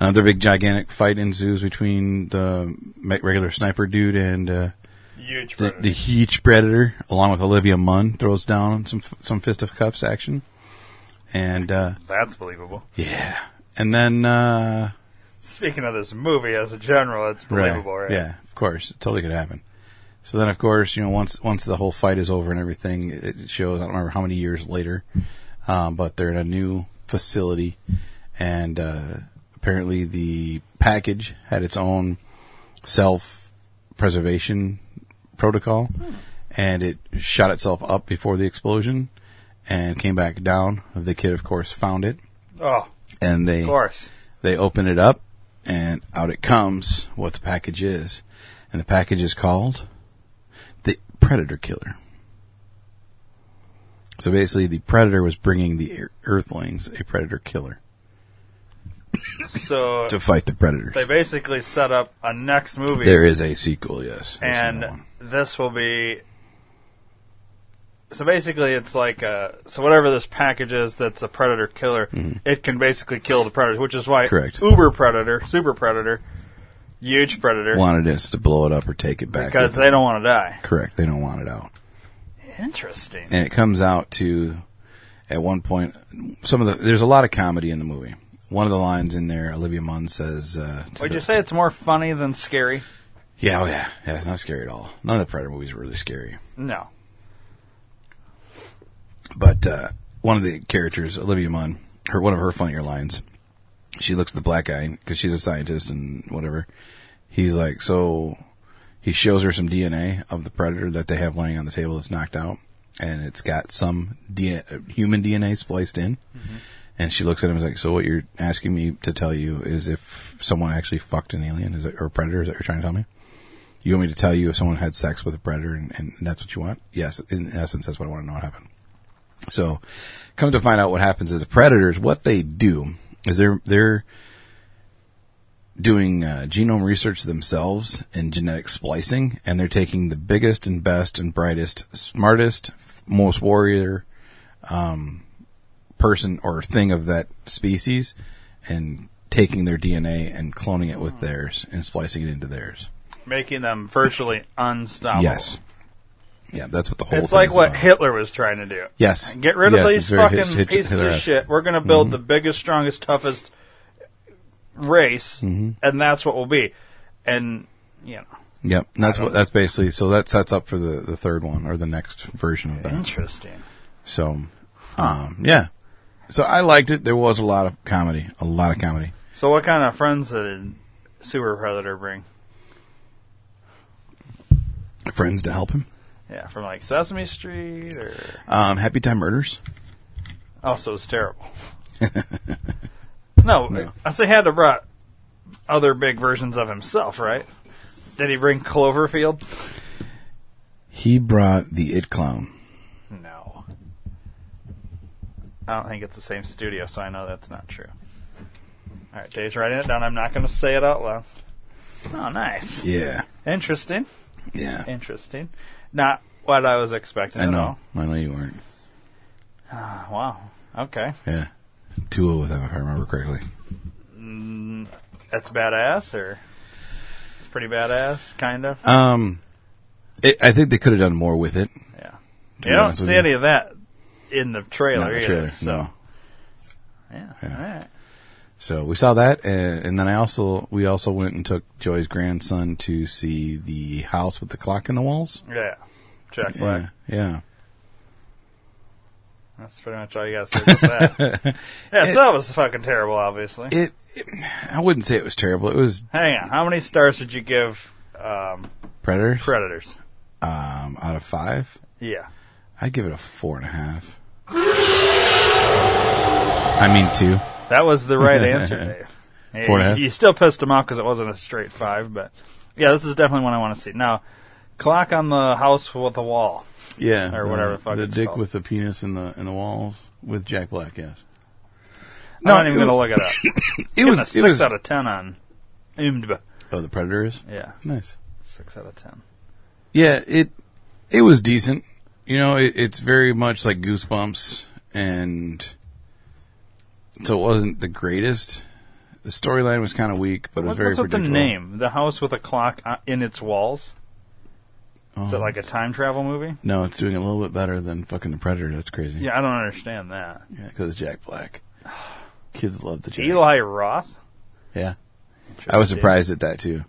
Speaker 1: another big gigantic fight ensues between the me- regular sniper dude and uh,
Speaker 2: Huge
Speaker 1: the, the huge predator, along with Olivia Munn, throws down some f- some fist of cuffs action. And uh,
Speaker 2: That's believable.
Speaker 1: yeah, and then. Uh,
Speaker 2: Speaking of this movie as a general, it's believable, right?
Speaker 1: Yeah, of course, it totally could happen. So then, of course, you know, once once the whole fight is over and everything, it it shows. I don't remember how many years later, um, but they're in a new facility, and uh, apparently the package had its own self preservation protocol, and it shot itself up before the explosion, and came back down. The kid, of course, found it,
Speaker 2: Oh,
Speaker 1: and they
Speaker 2: of course.
Speaker 1: they open it up, and out it comes what the package is. And the package is called the Predator Killer. So basically, the Predator was bringing the Ear- Earthlings a Predator Killer
Speaker 2: So
Speaker 1: to fight the Predators.
Speaker 2: they basically set up a next movie,
Speaker 1: There is a sequel, yes. I've seen that
Speaker 2: and
Speaker 1: one.
Speaker 2: this will be. So basically, it's like uh, so whatever this package is that's a predator killer, it can basically kill the predators, which is why
Speaker 1: Mm-hmm. Correct.
Speaker 2: uber predator, super predator, huge predator,
Speaker 1: wanted us to blow it up or take it back.
Speaker 2: because
Speaker 1: with
Speaker 2: they
Speaker 1: them.
Speaker 2: don't want to die.
Speaker 1: correct. They don't want it out.
Speaker 2: Interesting.
Speaker 1: and it comes out to at one point some of the there's a lot of comedy in the movie. One of the lines in there, Olivia Munn says, uh, to
Speaker 2: Would
Speaker 1: the-
Speaker 2: you say it's more funny than scary?
Speaker 1: "Yeah, oh yeah, yeah, it's not scary at all. None of the Predator movies were really scary."
Speaker 2: No.
Speaker 1: But uh, one of the characters, Olivia Munn, her one of her funnier lines, she looks at the black guy because she's a scientist and whatever. He's like, so he shows her some DNA of the predator that they have laying on the table that's knocked out, and it's got some DNA, human DNA spliced in. And she looks at him and is like, so what you're asking me to tell you is if someone actually fucked an alien is it, or predator? Is that what you're trying to tell me? You want me to tell you if someone had sex with a predator and, and that's what you want? Yes, in essence, that's what I want to know what happened. So, come to find out what happens is the predators. What they do is they're they're doing uh, genome research themselves and genetic splicing, and they're taking the biggest and best and brightest, smartest, most warrior um, person or thing of that species, and taking their DNA and cloning it with theirs and splicing it into theirs.
Speaker 2: Making them virtually unstoppable.
Speaker 1: Yes. Yeah, that's what the whole.
Speaker 2: It's
Speaker 1: thing
Speaker 2: like
Speaker 1: is
Speaker 2: what
Speaker 1: about.
Speaker 2: Hitler was trying to do.
Speaker 1: Yes.
Speaker 2: Get rid
Speaker 1: Yes,
Speaker 2: of
Speaker 1: it's
Speaker 2: these
Speaker 1: very
Speaker 2: fucking
Speaker 1: Hit- Mm-hmm. Hit-
Speaker 2: pieces of
Speaker 1: Hitler-esque.
Speaker 2: shit. We're going to build the biggest, strongest, toughest race,
Speaker 1: Mm-hmm.
Speaker 2: and that's what we'll be. And, you know,
Speaker 1: Yep, that's
Speaker 2: I
Speaker 1: what
Speaker 2: don't-
Speaker 1: that's basically. So that sets up for the the third one or the next version of that.
Speaker 2: interesting.
Speaker 1: So, um, yeah. So I liked it. There was a lot of comedy, a lot of comedy.
Speaker 2: So, what kind of friends did Super Predator bring?
Speaker 1: Friends to help him.
Speaker 2: Yeah, from like Sesame Street or.
Speaker 1: Um, Happy Time Murders.
Speaker 2: Also, it's terrible. no,
Speaker 1: No.
Speaker 2: I say had to brought other big versions of himself, right? Did he bring Cloverfield?
Speaker 1: He brought the It Clown.
Speaker 2: No. I don't think it's the same studio, so I know that's not true. All right, Dave's writing it down. I'm not going to say it out loud. Oh, nice.
Speaker 1: Yeah,
Speaker 2: Interesting.
Speaker 1: yeah.
Speaker 2: Interesting. Not what I was expecting.
Speaker 1: I
Speaker 2: at
Speaker 1: know.
Speaker 2: all.
Speaker 1: I know you weren't.
Speaker 2: Ah, wow. Okay.
Speaker 1: Yeah, two of them if I remember correctly.
Speaker 2: Mm, That's badass, or it's pretty badass, kind of.
Speaker 1: Um, it, I think they could have done more with it. to
Speaker 2: You
Speaker 1: be
Speaker 2: don't
Speaker 1: honest with
Speaker 2: see
Speaker 1: you.
Speaker 2: any of that in the trailer.
Speaker 1: Not the
Speaker 2: either,
Speaker 1: trailer,
Speaker 2: so-
Speaker 1: no.
Speaker 2: Yeah.
Speaker 1: Yeah.
Speaker 2: All right.
Speaker 1: So we saw that, and, and then I also we also went and took Joy's grandson to see the house with the clock in the walls.
Speaker 2: Yeah. Jack Black.
Speaker 1: Yeah, yeah.
Speaker 2: That's pretty much all you got to say about that. yeah, so that was fucking terrible, obviously.
Speaker 1: It, it. I wouldn't say it was terrible. It was
Speaker 2: Hang on. How many stars did you give um,
Speaker 1: Predator.
Speaker 2: Predators?
Speaker 1: um, out of five,
Speaker 2: Yeah.
Speaker 1: I'd give it a four and a half. I mean two.
Speaker 2: That was the right answer, Dave. Yeah,
Speaker 1: Four and a
Speaker 2: you-
Speaker 1: half.
Speaker 2: You still pissed him off because it wasn't a straight five, but yeah, this is definitely one I want to see. Now, clock on the house with the wall.
Speaker 1: Yeah,
Speaker 2: Or whatever the fuck
Speaker 1: The
Speaker 2: it's
Speaker 1: dick
Speaker 2: called.
Speaker 1: with the penis in the in the walls with Jack Black. Yes.
Speaker 2: I'm not even
Speaker 1: it
Speaker 2: going to
Speaker 1: was-
Speaker 2: look it up.
Speaker 1: It
Speaker 2: Giving
Speaker 1: was.
Speaker 2: a
Speaker 1: It
Speaker 2: six
Speaker 1: was
Speaker 2: out of ten on IMDb.
Speaker 1: oh, the Predator is
Speaker 2: Yeah,
Speaker 1: nice.
Speaker 2: six out of ten.
Speaker 1: Yeah, it it was decent. You know, it, it's very much like Goosebumps, and so it wasn't the greatest. The storyline was kind of weak, but it was
Speaker 2: What,
Speaker 1: very
Speaker 2: what's with the
Speaker 1: predictable.
Speaker 2: name? The house with a clock uh, in its walls. Is
Speaker 1: Oh.
Speaker 2: it like a time travel movie?
Speaker 1: No, it's doing a little bit better than fucking the Predator. That's crazy.
Speaker 2: Yeah, I don't understand that.
Speaker 1: Yeah, because Jack Black. Kids love the Jack.
Speaker 2: Eli Roth.
Speaker 1: Yeah. I was
Speaker 2: Dude.
Speaker 1: surprised at that too.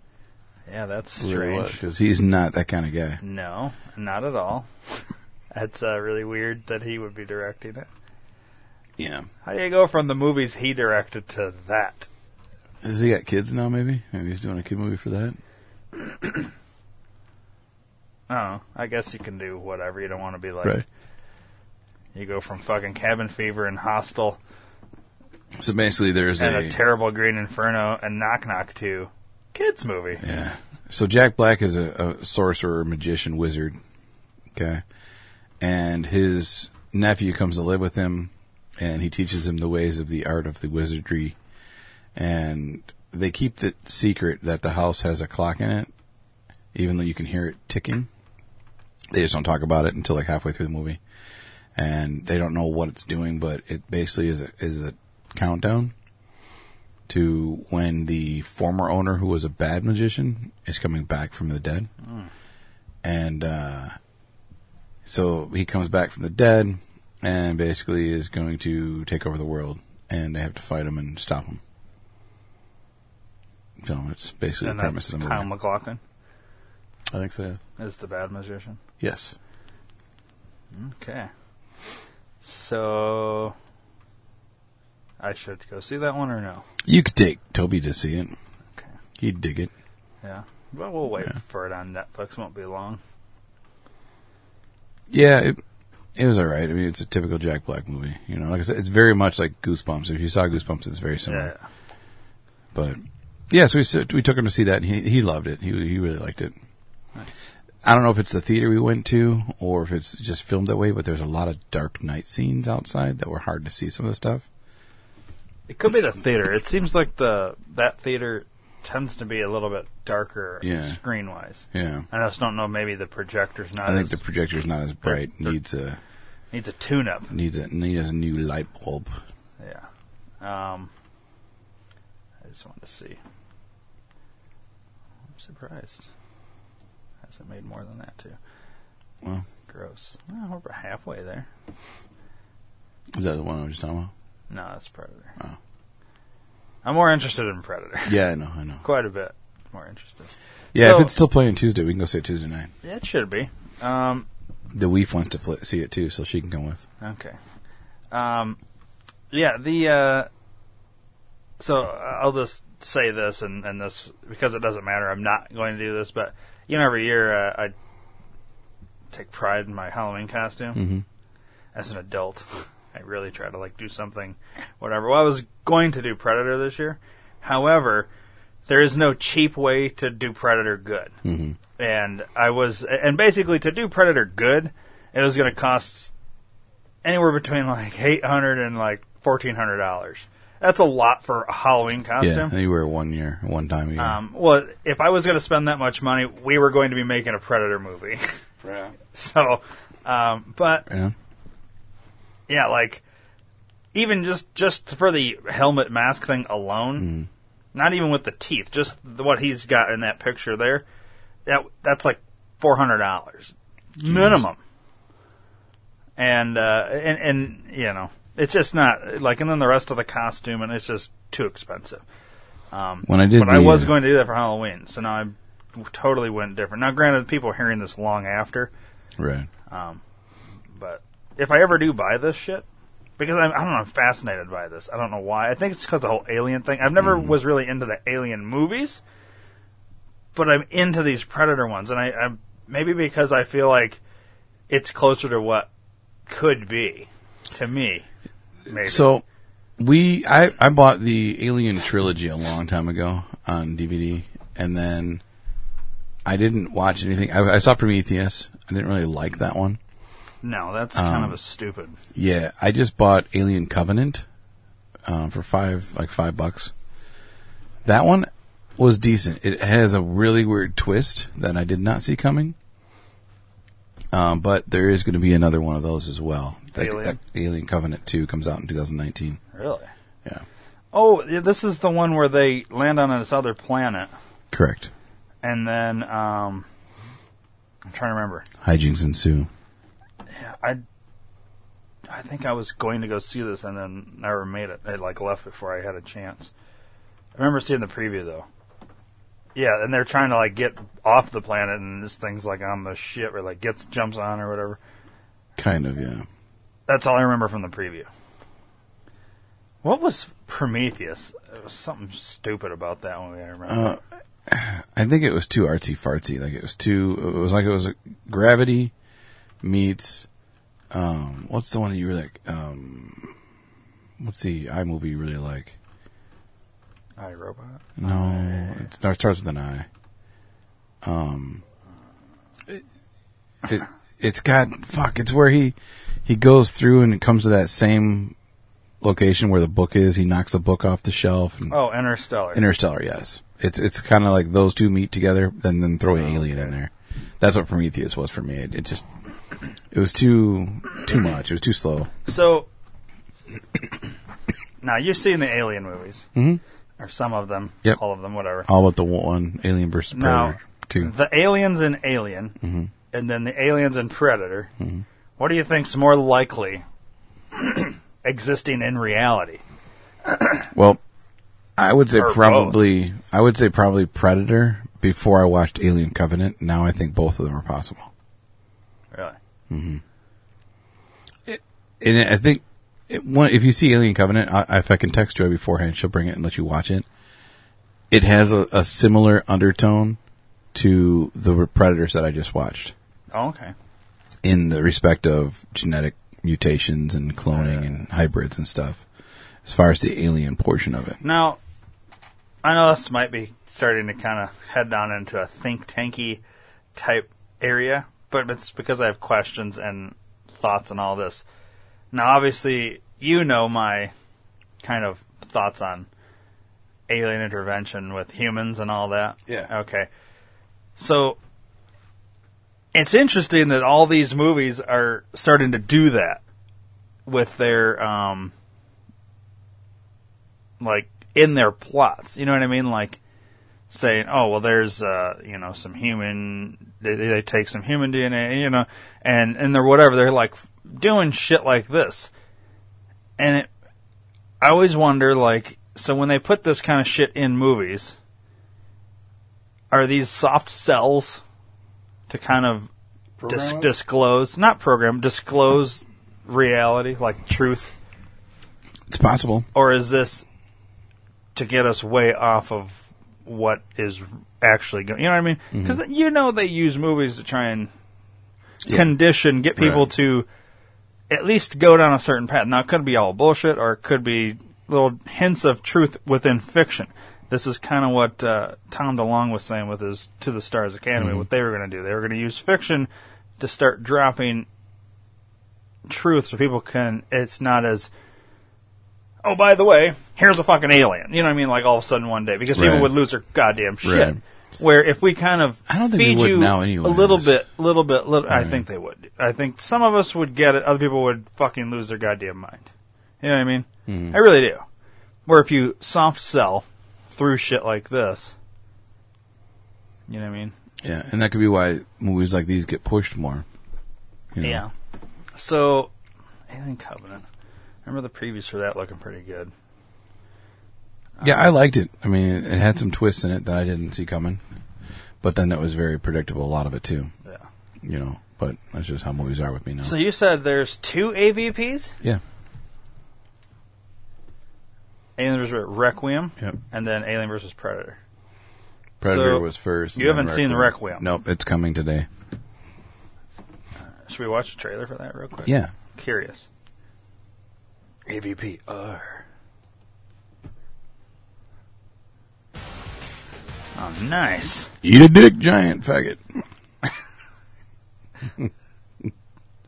Speaker 2: Yeah, that's
Speaker 1: Really
Speaker 2: strange.
Speaker 1: because he's not that kind of guy.
Speaker 2: No, not at all. That's uh, really weird that he would be directing it.
Speaker 1: Yeah.
Speaker 2: How do you go from the movies he directed to that?
Speaker 1: Has he got kids now? Maybe. Maybe he's doing a kid movie for that.
Speaker 2: Oh, I guess you can do whatever. You don't want to be like
Speaker 1: Right.
Speaker 2: you go from fucking Cabin Fever and Hostel
Speaker 1: So basically, there's
Speaker 2: and a terrible Green Inferno and Knock Knock to kids movie.
Speaker 1: Yeah. So Jack Black is a, a sorcerer, magician, wizard. Okay. And his nephew comes to live with him and he teaches him the ways of the art of the wizardry. And they keep the secret that the house has a clock in it, even though you can hear it ticking. They just don't talk about it until like halfway through the movie. And they don't know what it's doing, but it basically is a, is a countdown to when the former owner, who was a bad magician, is coming back from the dead.
Speaker 2: Hmm.
Speaker 1: And uh, so he comes back from the dead and basically is going to take over the world. And they have to fight him and stop him. So it's basically
Speaker 2: and
Speaker 1: the premise
Speaker 2: that's
Speaker 1: of the
Speaker 2: Kyle
Speaker 1: movie.
Speaker 2: MacLachlan
Speaker 1: I think so. yeah.
Speaker 2: is the bad magician.
Speaker 1: Yes.
Speaker 2: Okay, so I should go see that one or no?
Speaker 1: You could take Toby to see it.
Speaker 2: Okay.
Speaker 1: He'd dig it.
Speaker 2: Yeah. Well, we'll wait
Speaker 1: Yeah.
Speaker 2: for it on Netflix. Won't be long.
Speaker 1: Yeah, it, it was all right. I mean, it's a typical Jack Black movie. You know, like I said, it's very much like Goosebumps. If you saw Goosebumps, it's very similar.
Speaker 2: Yeah.
Speaker 1: But yeah, so we s- we took him to see that, and he he loved it. He he really liked it.
Speaker 2: Nice.
Speaker 1: I don't know if it's the theater we went to or if it's just filmed that way, but there's a lot of dark night scenes outside that were hard to see. Some of the stuff.
Speaker 2: It could be the theater. It seems like the that theater tends to be a little bit darker
Speaker 1: Yeah.
Speaker 2: screen wise.
Speaker 1: Yeah,
Speaker 2: I just don't know. Maybe the projector's not.
Speaker 1: I think
Speaker 2: as-
Speaker 1: the projector's not as bright.
Speaker 2: they're-
Speaker 1: Needs a
Speaker 2: needs a tune up.
Speaker 1: needs a needs a new light bulb.
Speaker 2: Yeah. Um. I just wanted to see. I'm surprised. Hasn't made more than that too.
Speaker 1: Well.
Speaker 2: Gross. Well, we're about halfway there.
Speaker 1: Is that the one I was just talking about?
Speaker 2: No, that's Predator.
Speaker 1: Oh.
Speaker 2: I'm more interested in Predator.
Speaker 1: Yeah, I know, I know.
Speaker 2: Quite a bit more interested.
Speaker 1: Yeah,
Speaker 2: So-
Speaker 1: if it's still playing Tuesday, we can go see it Tuesday night.
Speaker 2: Yeah, it should be. Um,
Speaker 1: The Weef wants to play, see it too, so she can come with.
Speaker 2: okay. Um, yeah, the uh, so uh, I'll just say this and, and this because it doesn't matter. I'm not going to do this, but you know, every year uh, I take pride in my Halloween costume
Speaker 1: Mhm.
Speaker 2: as an adult. I really try to like do something, whatever. Well, I was going to do Predator this year. However, there is no cheap way to do Predator good.
Speaker 1: Mm-hmm.
Speaker 2: and I was and basically to do Predator good, it was going to cost anywhere between like eight hundred and like fourteen hundred dollars. That's a lot for a Halloween
Speaker 1: Yeah,
Speaker 2: costume.
Speaker 1: you were one year, one time a year.
Speaker 2: Um, well, if I was going to spend that much money, we were going to be making a Predator movie.
Speaker 1: right
Speaker 2: so, um, but
Speaker 1: on.
Speaker 2: yeah, like even just just for the helmet mask thing alone, not even with the teeth, just the, what he's got in that picture there, that that's like four hundred dollars minimum. and uh, and and you know, it's just not like. And then the rest of the costume, and it's just too expensive. Um,
Speaker 1: When I did
Speaker 2: but
Speaker 1: the,
Speaker 2: I was
Speaker 1: uh,
Speaker 2: going to do that for Halloween, so now I totally went different. Now, granted, people are hearing this long after,
Speaker 1: uh, Right.
Speaker 2: but if I ever do buy this shit, because I'm, I don't know, I'm fascinated by this. I don't know why. I think it's because the whole alien thing. I've never
Speaker 1: Mm.
Speaker 2: was really into the alien movies, but I'm into these Predator ones, and I, I maybe because I feel like it's closer to what could be to me. Maybe.
Speaker 1: So we I, I bought the Alien trilogy a long time ago on DVD and then I didn't watch anything. I, I saw Prometheus. I didn't really like that one.
Speaker 2: no,
Speaker 1: um,
Speaker 2: that's kind of a stupid.
Speaker 1: Yeah, I just bought Alien Covenant um, for five like five bucks. That one was decent. It has a really weird twist that I did not see coming. Um, but there is going to be another one of those as well. That-
Speaker 2: Alien?
Speaker 1: that Alien Covenant Two comes out in 2019.
Speaker 2: Really.
Speaker 1: Yeah,
Speaker 2: Oh, yeah, this is the one where they land on this other planet,
Speaker 1: correct.
Speaker 2: and then um, I'm trying to remember.
Speaker 1: Hijinks ensue.
Speaker 2: I I think I was going to go see this and then never made it. I like left before I had a chance. I remember seeing the preview though. Yeah, and they're trying to like get off the planet and this thing's like on the ship or like gets jumps on or whatever.
Speaker 1: Kind of, yeah.
Speaker 2: That's all I remember from the preview. What was Prometheus? It was something stupid about that one. I
Speaker 1: Uh,
Speaker 2: remember.
Speaker 1: I think it was too artsy fartsy. Like it was too. It was like it was a gravity meets. Um, what's the one that you really like? Um, what's the iMovie you really like?
Speaker 2: I Robot.
Speaker 1: No, it star- starts with an I. Um, it, it it's got fuck. It's where he he goes through and it comes to that same location where the book is. He knocks the book off the shelf and
Speaker 2: Oh, Interstellar.
Speaker 1: Interstellar, yes. It's it's kind of like those two meet together, then then throw an alien in there. That's what Prometheus was for me. It, it just it was too too much. It was too slow.
Speaker 2: So, now you've seen the Alien movies, mm-hmm. or some of them,
Speaker 1: Yep.
Speaker 2: all of them, whatever.
Speaker 1: All but the one Alien versus
Speaker 2: Now,
Speaker 1: Predator two.
Speaker 2: the aliens in Alien, and then the aliens in Predator. What do you think's more likely existing in reality?
Speaker 1: Well, I would say
Speaker 2: Or
Speaker 1: probably I would say probably Predator before I watched Alien Covenant. Now I think both of them are possible.
Speaker 2: Really?
Speaker 1: And I think it, one, if you see Alien Covenant, I, if I can text Joy beforehand, she'll bring it and let you watch it. It has a, a similar undertone to the Predators that I just watched
Speaker 2: Oh, okay.
Speaker 1: in the respect of genetic mutations and cloning and hybrids and stuff. As far as the alien portion of it,
Speaker 2: Now, I know this might be starting to kind of head down into a think tanky type area, but it's because I have questions and thoughts and all this. Now, obviously, you know my kind of thoughts on alien intervention with humans and all that.
Speaker 1: Yeah.
Speaker 2: Okay. So it's interesting that all these movies are starting to do that with their um like in their plots. You know what I mean? Like saying, "Oh, well, there's uh, you know some human. They, they they take some human DNA, you know, and and they're whatever. They're like f- doing shit like this, and it. I always wonder, like, so when they put this kind of shit in movies, are these soft cells to kind of dis-
Speaker 1: Program it?
Speaker 2: disclose, not program, disclose reality, like truth?
Speaker 1: it's possible.
Speaker 2: or is this to get us way off of what is actually going? You know what I mean? Because you know they use movies to try and condition, get people
Speaker 1: Right.
Speaker 2: to at least go down a certain path. Now it could be all bullshit, or it could be little hints of truth within fiction. This is kind of what uh, Tom DeLong was saying with his To the Stars Academy. What they were going to do, they were going to use fiction to start dropping truth so people can. It's not as oh, by the way, here's a fucking alien. You know what I mean? Like all of a sudden one day, because people
Speaker 1: Right.
Speaker 2: would lose their goddamn shit.
Speaker 1: Right.
Speaker 2: Where if we kind of
Speaker 1: I don't think they
Speaker 2: feed
Speaker 1: would
Speaker 2: you
Speaker 1: now anyway.
Speaker 2: a little bit, little bit, little, I think they would. I think some of us would get it. Other people would fucking lose their goddamn mind. You know what I mean?
Speaker 1: Hmm.
Speaker 2: I really do. Where if you soft sell through shit like this, you know what I mean?
Speaker 1: Yeah, and that could be why movies like these get pushed more. you know?
Speaker 2: Yeah. So, Alien Covenant. I remember the previews for that looking pretty good.
Speaker 1: Yeah, I liked it. I mean, it had some twists in it that I didn't see coming, but then that was very predictable. A lot of it too,
Speaker 2: Yeah.
Speaker 1: you know. But that's just how movies are with me now.
Speaker 2: So you said there's two AVPs?
Speaker 1: Yeah.
Speaker 2: Alien vs. Requiem
Speaker 1: Yep.
Speaker 2: and then Alien vs. Predator.
Speaker 1: Predator
Speaker 2: So,
Speaker 1: was first.
Speaker 2: you
Speaker 1: and
Speaker 2: haven't
Speaker 1: then
Speaker 2: seen the
Speaker 1: Requiem.
Speaker 2: Requiem.
Speaker 1: Nope, it's coming today.
Speaker 2: Should we watch the trailer for that real quick?
Speaker 1: Yeah.
Speaker 2: Curious. AVP R. Oh, nice.
Speaker 1: Eat a dick, giant faggot.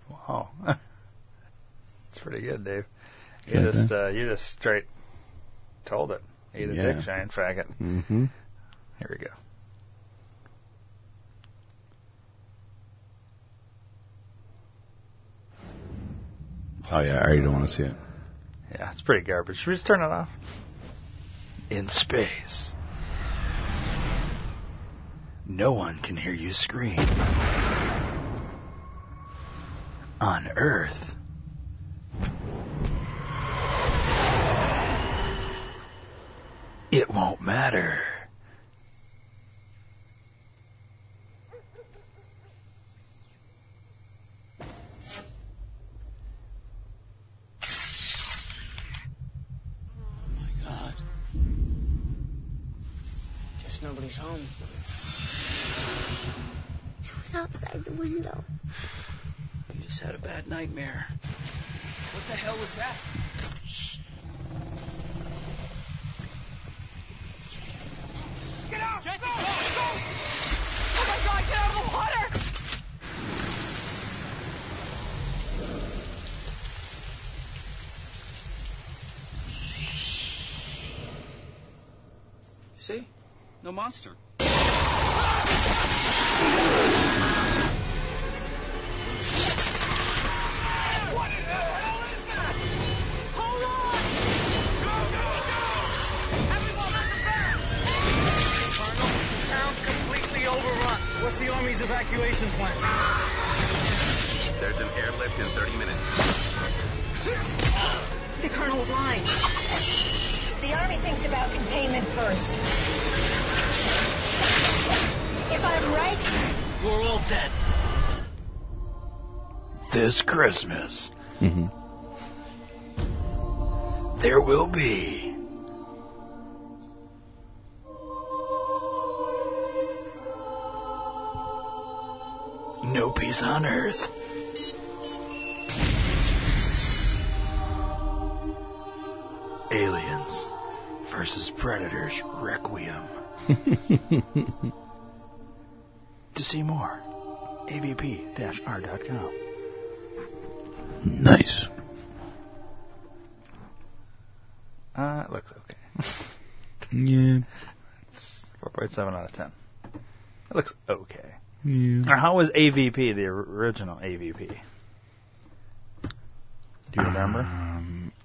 Speaker 2: Wow. Oh. It's pretty good, Dave. You
Speaker 1: Like
Speaker 2: just uh, you just straight told it. Eat a
Speaker 1: Yeah.
Speaker 2: dick, giant faggot.
Speaker 1: Mm-hmm.
Speaker 2: Here we go.
Speaker 1: Oh yeah, I already don't want to see it.
Speaker 2: Yeah, it's pretty garbage. Should we just turn it off? In space. No one can hear you scream. On Earth. It won't matter.
Speaker 3: God. Just nobody's home.
Speaker 4: It was outside the window.
Speaker 3: You just had a bad nightmare. What the hell was that? Get out! Jesse, go! Oh my god, get out of the water! See? No monster. What the hell is that? Hold on! Go, go, go! Everyone on the back! Colonel, the town's completely overrun. What's the Army's evacuation plan?
Speaker 5: There's an airlift in 30 minutes.
Speaker 6: The colonel's lying. The army thinks about containment first. If I'm right,
Speaker 3: We're all dead.
Speaker 2: This Christmas. There will be. No peace on earth. Aliens versus Predators Requiem. to see more, avp-r.com.
Speaker 1: Nice.
Speaker 2: Uh, it looks okay.
Speaker 1: Yeah.
Speaker 2: 4.7 out of 10. It looks okay.
Speaker 1: Yeah.
Speaker 2: Now, how was AVP, the or- original AVP? Do you remember?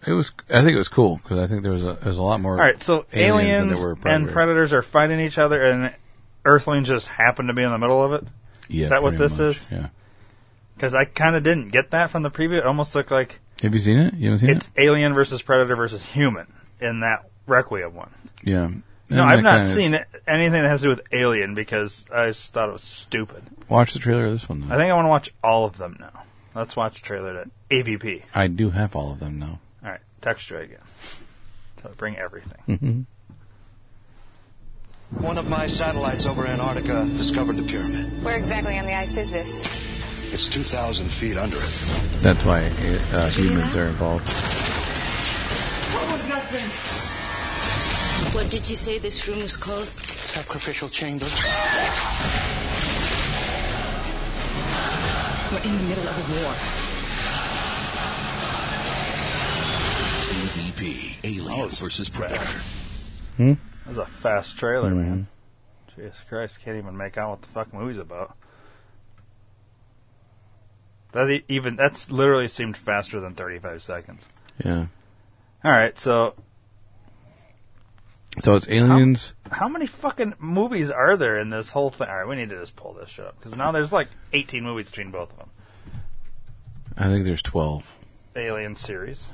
Speaker 1: It was. I think it was cool because I think there was a there was a lot more.
Speaker 2: All right, so aliens,
Speaker 1: than there were
Speaker 2: and predators are fighting each other, and Earthlings just happen to be in the middle of it.
Speaker 1: Yeah,
Speaker 2: is that what
Speaker 1: pretty
Speaker 2: this
Speaker 1: much,
Speaker 2: is?
Speaker 1: Yeah.
Speaker 2: Because I kind of didn't get that from the preview. It almost looked like
Speaker 1: Have you seen it? You haven't seen
Speaker 2: it's alien versus predator versus human in that Requiem one.
Speaker 1: it? Yeah.
Speaker 2: No, I've not seen it, anything that has to do with alien because I just thought it was stupid.
Speaker 1: Watch the trailer of this one. Though.
Speaker 2: I think I want to watch all of them now. Let's watch trailer to AVP.
Speaker 1: I do have all of them now.
Speaker 2: All right, texture again. So bring everything.
Speaker 7: One of my satellites over Antarctica discovered the pyramid.
Speaker 8: Where exactly on the ice is this?
Speaker 7: It's 2,000 feet under it.
Speaker 1: That's why uh, humans are involved.
Speaker 6: what did you say this room was called?
Speaker 7: Sacrificial chamber.
Speaker 6: We're in the middle of a war.
Speaker 9: EVP, Alien versus Predator.
Speaker 2: That was a fast trailer, man. Jesus Christ, can't even make out what the fuck movie's about. That e- even that's literally seemed faster than 35 seconds.
Speaker 1: Yeah.
Speaker 2: All right, so
Speaker 1: So it's aliens.
Speaker 2: how many fucking movies are there in this whole thing? All right, we need to just pull this shit up because now there's like 18 movies between both of them.
Speaker 1: I think there's 12.
Speaker 2: Alien series.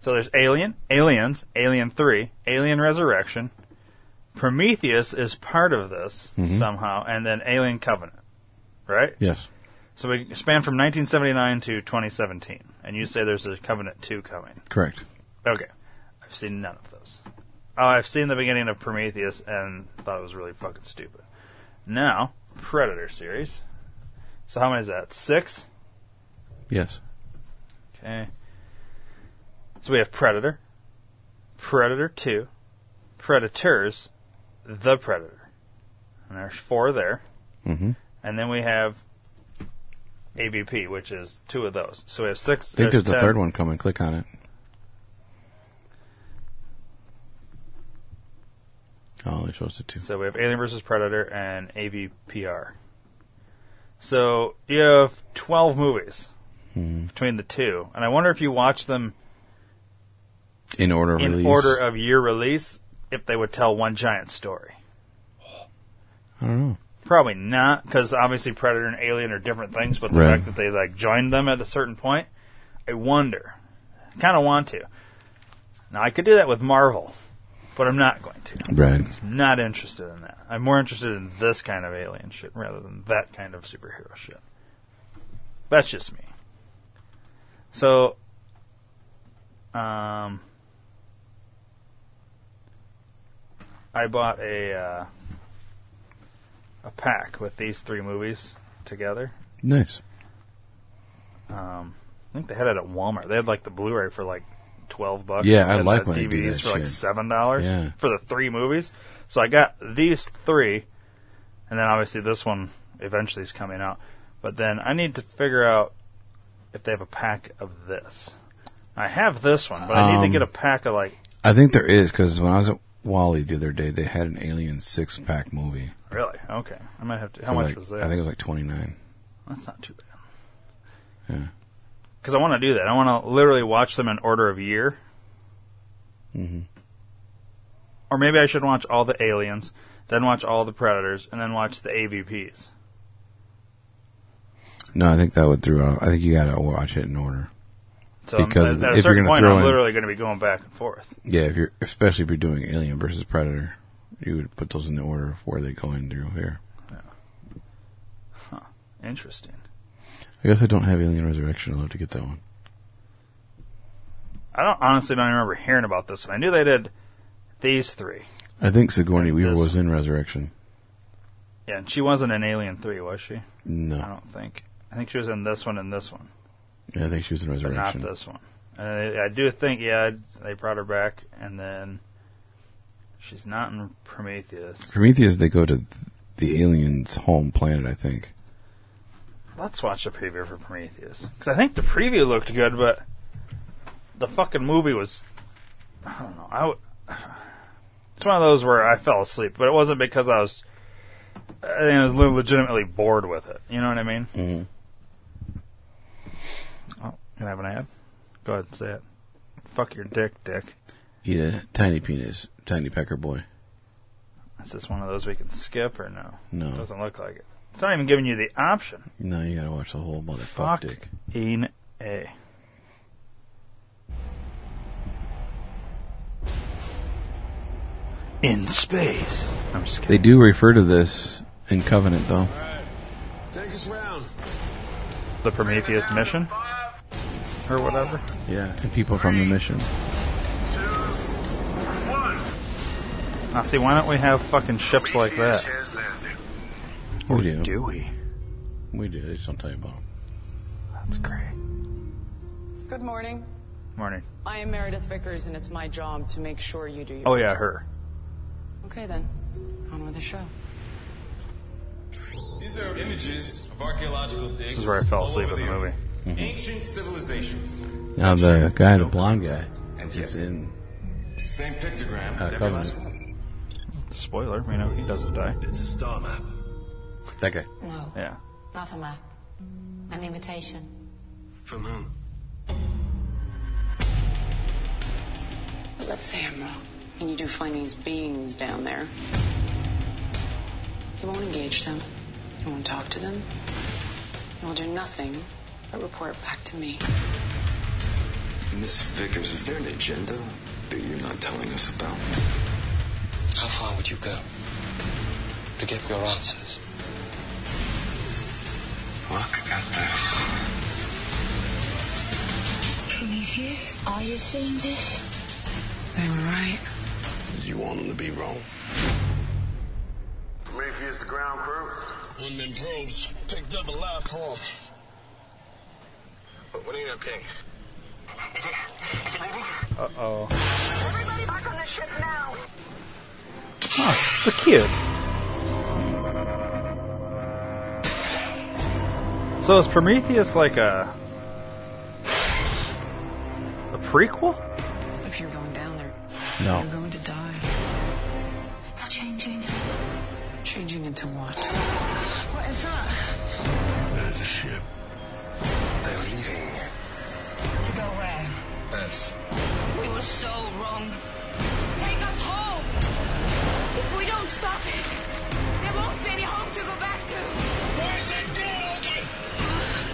Speaker 2: So there's Alien, Aliens, Alien 3, Alien Resurrection. Prometheus is part of this somehow, and then Alien Covenant, right?
Speaker 1: Yes.
Speaker 2: So we span from 1979 to 2017, and you say there's a Covenant 2 coming.
Speaker 1: Correct.
Speaker 2: Okay. I've seen none of those. Oh, I've seen the beginning of Prometheus and thought it was really fucking stupid. Now, Predator series. So how many is that? Six?
Speaker 1: Yes.
Speaker 2: Okay. So we have Predator, Predator 2, Predators, The Predator. And there's four there.
Speaker 1: Mm-hmm.
Speaker 2: And then we have AVP, which is two of those. So we have six.
Speaker 1: I think there's a third one coming. Click on it. Oh, they're supposed to two.
Speaker 2: So we have Alien vs. Predator and AVPR. So you have 12 movies
Speaker 1: Hmm.
Speaker 2: between the two. And I wonder if you watch them
Speaker 1: In order of
Speaker 2: in
Speaker 1: release.
Speaker 2: order of year release, if they would tell one giant story.
Speaker 1: I don't know.
Speaker 2: Probably not, because obviously Predator and Alien are different things. But the
Speaker 1: Right.
Speaker 2: fact that they like joined them at a certain point, I wonder. I kind of want to. Now I could do that with Marvel, but I'm not going to.
Speaker 1: Right.
Speaker 2: I'm not interested in that. I'm more interested in this kind of alien shit rather than that kind of superhero shit. That's just me. So, um, I bought a uh, a pack with these three movies together.
Speaker 1: Nice.
Speaker 2: Um, I think they had it at Walmart. They had like the Blu-ray for like twelve bucks.
Speaker 1: Yeah, I
Speaker 2: and
Speaker 1: like
Speaker 2: the
Speaker 1: when they
Speaker 2: DVDs
Speaker 1: do that
Speaker 2: for like
Speaker 1: shit.
Speaker 2: seven dollars
Speaker 1: Yeah.
Speaker 2: for the three movies. So I got these three, and then obviously this one eventually is coming out. But then I need to figure out if they have a pack of this. I have this one, but I need to
Speaker 1: Um,
Speaker 2: get a pack of like
Speaker 1: I think there is because when I was at Wally the other day, they had an Alien six pack movie.
Speaker 2: really okay. I might have to. How
Speaker 1: for
Speaker 2: much
Speaker 1: like-
Speaker 2: was that?
Speaker 1: I think it was like twenty nine.
Speaker 2: That's not too bad.
Speaker 1: Yeah.
Speaker 2: Because I want to do that. I want to literally watch them in order of year.
Speaker 1: Mm-hmm.
Speaker 2: Or maybe I should watch all the aliens, then watch all the predators, and then watch the AVPs.
Speaker 1: No, I think that would throw. Out. I think you got to watch it in order.
Speaker 2: So
Speaker 1: Because
Speaker 2: I'm- at, at a
Speaker 1: if you're
Speaker 2: certain
Speaker 1: gonna
Speaker 2: point,
Speaker 1: throw
Speaker 2: I'm
Speaker 1: in-
Speaker 2: literally going to be going back and forth.
Speaker 1: Yeah, if you're especially if you're doing Alien versus Predator, you would put those in the order of where they go in through here.
Speaker 2: Interesting.
Speaker 1: I guess I don't have Alien Resurrection. I'll have to get that one.
Speaker 2: I don't honestly don't remember hearing about this one. I knew they did these three.
Speaker 1: I think Sigourney
Speaker 2: Like
Speaker 1: Weaver
Speaker 2: this.
Speaker 1: was in Resurrection.
Speaker 2: Yeah, and she wasn't in Alien Three, was she? I
Speaker 1: No,
Speaker 2: don't think. I think she was in this one and this one,
Speaker 1: I think she was in
Speaker 2: but not
Speaker 1: Resurrection.
Speaker 2: this one. And I, I do think, yeah, they brought her back, and then she's not in Prometheus.
Speaker 1: Prometheus, they go to the aliens' home planet. I think.
Speaker 2: Let's watch the preview for Prometheus. Because I think the preview looked good, but the fucking movie was. I don't know. I w- it's one of those where I fell asleep, but it wasn't because I was. I think I was le- legitimately bored with it. You know what I mean?
Speaker 1: Mhm.
Speaker 2: Oh, can I have an ad? Go ahead and say it. Fuck your dick, dick.
Speaker 1: Eat a tiny penis, tiny pecker boy.
Speaker 2: Is this one of those we can skip or no?
Speaker 1: No.
Speaker 2: Doesn't look like it. It's not even giving you the option.
Speaker 1: No, you gotta watch the whole motherfucker
Speaker 2: Fuck.
Speaker 1: dick.
Speaker 2: In A. In space. I'm just
Speaker 1: They
Speaker 2: kidding.
Speaker 1: do refer to this in Covenant, though.
Speaker 7: Take us round.
Speaker 2: The Prometheus mission? Or whatever?
Speaker 1: Yeah, and people from the mission.
Speaker 2: Now, see, why don't we have fucking ships like that?
Speaker 1: We do.
Speaker 2: Do we?
Speaker 1: We do. They just don't tell you about 'em.
Speaker 2: That's great.
Speaker 5: Good morning.
Speaker 2: Morning.
Speaker 5: I am Meredith Vickers, and it's my job to make sure you do your
Speaker 2: Oh, yeah, her.
Speaker 5: Okay, then. On with the show.
Speaker 10: These are images of archaeological digs.
Speaker 2: This is where I fell asleep
Speaker 10: all
Speaker 2: in
Speaker 10: over
Speaker 2: the movie. Mm-hmm.
Speaker 10: Ancient civilizations.
Speaker 1: Now Oh, the guy, the blonde guy,
Speaker 10: And
Speaker 1: is
Speaker 10: yet,
Speaker 1: in
Speaker 10: same pictogram.
Speaker 1: uh,
Speaker 10: every last one.
Speaker 1: Covenant.
Speaker 2: Spoiler, we know he doesn't die.
Speaker 10: It's a star map.
Speaker 1: That guy.
Speaker 8: No,
Speaker 2: Yeah.
Speaker 8: not a map. An invitation.
Speaker 10: From whom?
Speaker 5: But let's say I'm wrong, and you do find these beings down there. You won't engage them. You won't talk to them. You will do nothing but report back to me.
Speaker 9: Miss Vickers, is there an agenda that you're not telling us about?
Speaker 11: How far would you go to get your answers?
Speaker 9: Look at this.
Speaker 4: Prometheus, are you seeing this?
Speaker 5: They were right.
Speaker 11: You want them to be wrong.
Speaker 10: Prometheus, the ground crew.
Speaker 11: When them probes picked up a life form. What do you mean ping?
Speaker 2: Uh oh.
Speaker 6: Everybody back on the ship now.
Speaker 2: Oh, it's the kids. So is Prometheus like a a prequel?
Speaker 5: If you're going down there,
Speaker 1: No.
Speaker 5: you're going to die.
Speaker 4: They're changing.
Speaker 5: Changing into what?
Speaker 6: What is that?
Speaker 9: They're the ship.
Speaker 11: They're leaving
Speaker 8: To go where?
Speaker 11: Earth.
Speaker 8: We were so wrong. Take us home! If we don't stop it, there won't be any home to go back to.
Speaker 11: Where's the dog?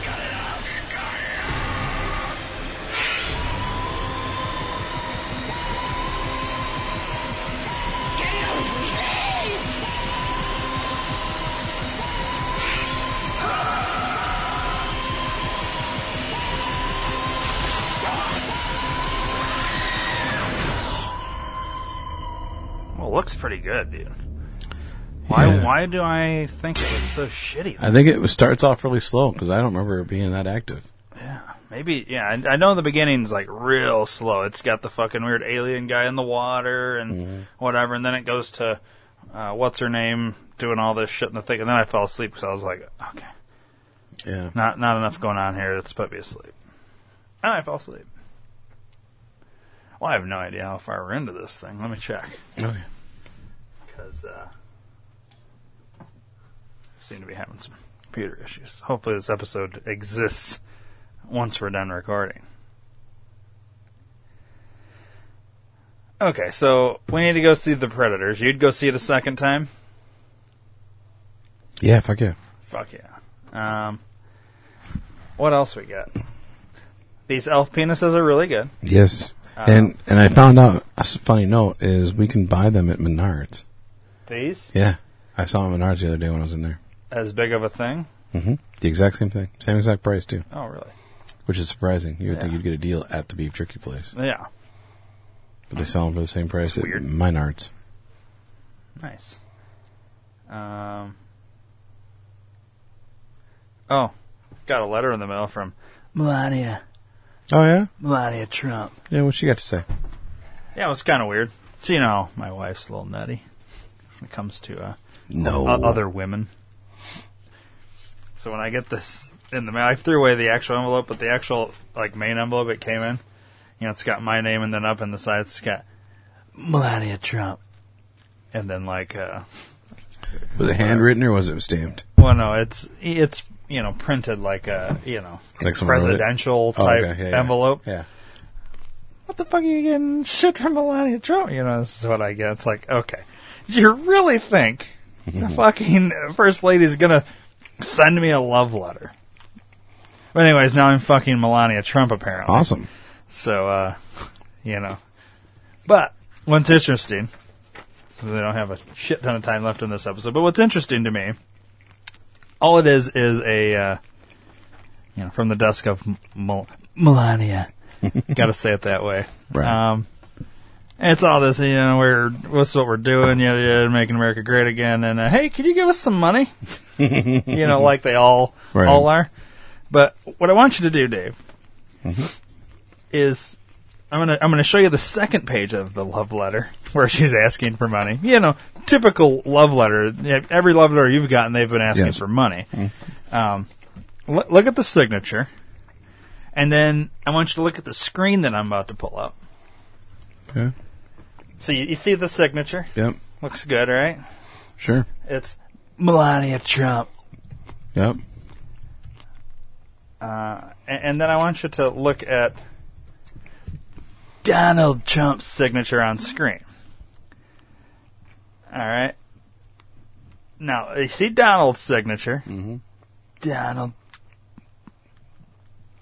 Speaker 11: Cut it out! Cut it out!
Speaker 2: Well, it looks pretty good, dude. Why?
Speaker 1: Yeah.
Speaker 2: Why do I think it was so shitty?
Speaker 1: I think it was, starts off really slow because I don't remember it being that active.
Speaker 2: Maybe, yeah. I, I know the beginning's like real slow. It's got the fucking weird alien guy in the water and whatever, and then it goes to uh, what's her name doing all this shit in the thing, and then I fell asleep because I was like, okay,
Speaker 1: Yeah.
Speaker 2: not not enough going on here. Let's put me asleep. And I fell asleep. Well, I have no idea how far we're into this thing. Let me check
Speaker 1: Oh, yeah.
Speaker 2: because uh, seem to be having some computer issues. Hopefully, this episode exists once we're done recording. Okay, so we need to go see the Predators. You'd go see it a second time?
Speaker 1: Yeah, fuck yeah.
Speaker 2: Fuck yeah. Um, what else we got? These elf penises are really good.
Speaker 1: Yes.
Speaker 2: Uh,
Speaker 1: and and I found out a s- funny note is we can buy them at Menards.
Speaker 2: These
Speaker 1: Yeah. I saw them at Menards the other day when I was in there.
Speaker 2: as big of a thing?
Speaker 1: hmm The exact same thing, same exact price too,
Speaker 2: Oh, really?
Speaker 1: which is surprising. You would think
Speaker 2: Yeah.
Speaker 1: you'd get a deal at the beef jerky place,
Speaker 2: Yeah.
Speaker 1: but they sell them for the same price
Speaker 2: That's
Speaker 1: at
Speaker 2: weird.
Speaker 1: Menards.
Speaker 2: Nice. Um. Oh, got a letter in the mail from Melania.
Speaker 1: Oh yeah,
Speaker 2: Melania Trump.
Speaker 1: yeah. What she got to say?
Speaker 2: Yeah, it was kind of weird. So you know, my wife's a little nutty when it comes to uh,
Speaker 1: No
Speaker 2: o- other women. So when I get this in the mail, I threw away the actual envelope, but the actual like main envelope it came in. You know, it's got my name, and then up in the side it's got Melania Trump, and then like uh,
Speaker 1: Was it handwritten or was it stamped?
Speaker 2: Well, no, it's it's you know printed like a you know
Speaker 1: Like someone wrote it?
Speaker 2: presidential type
Speaker 1: Oh, okay, yeah, yeah.
Speaker 2: envelope.
Speaker 1: Yeah.
Speaker 2: What the fuck are you getting shit from Melania Trump? You know, this is what I get. It's like, okay, do you really think the fucking first lady's gonna send me a love letter? But anyways, now I'm fucking Melania Trump apparently.
Speaker 1: Awesome.
Speaker 2: So, uh, you know. But what's interesting, we don't have a shit ton of time left in this episode, but what's interesting to me, all it is is a, uh, you know, from the desk of M- Mel- Melania. Gotta say it that way.
Speaker 1: Right.
Speaker 2: Um, it's all this, you know, we're, what's what we're doing, you know, making America great again, and uh, hey, could you give us some money? you know, like they all,
Speaker 1: Right.
Speaker 2: all are. But what I want you to do, Dave, is I'm gonna I'm gonna show you the second page of the love letter where she's asking for money. You know, typical love letter. Yeah, Every love letter you've gotten, they've been asking
Speaker 1: Yes.
Speaker 2: for money. Um, lo- look at the signature, and then I want you to look at the screen that I'm about to pull up.
Speaker 1: Yeah.
Speaker 2: So you, you see the signature?
Speaker 1: Yep.
Speaker 2: Looks good, right?
Speaker 1: Sure.
Speaker 2: It's Melania Trump.
Speaker 1: Yep.
Speaker 2: and, and then I want you to look at Donald Trump's signature on screen. All right. Now you see Donald's signature. Donald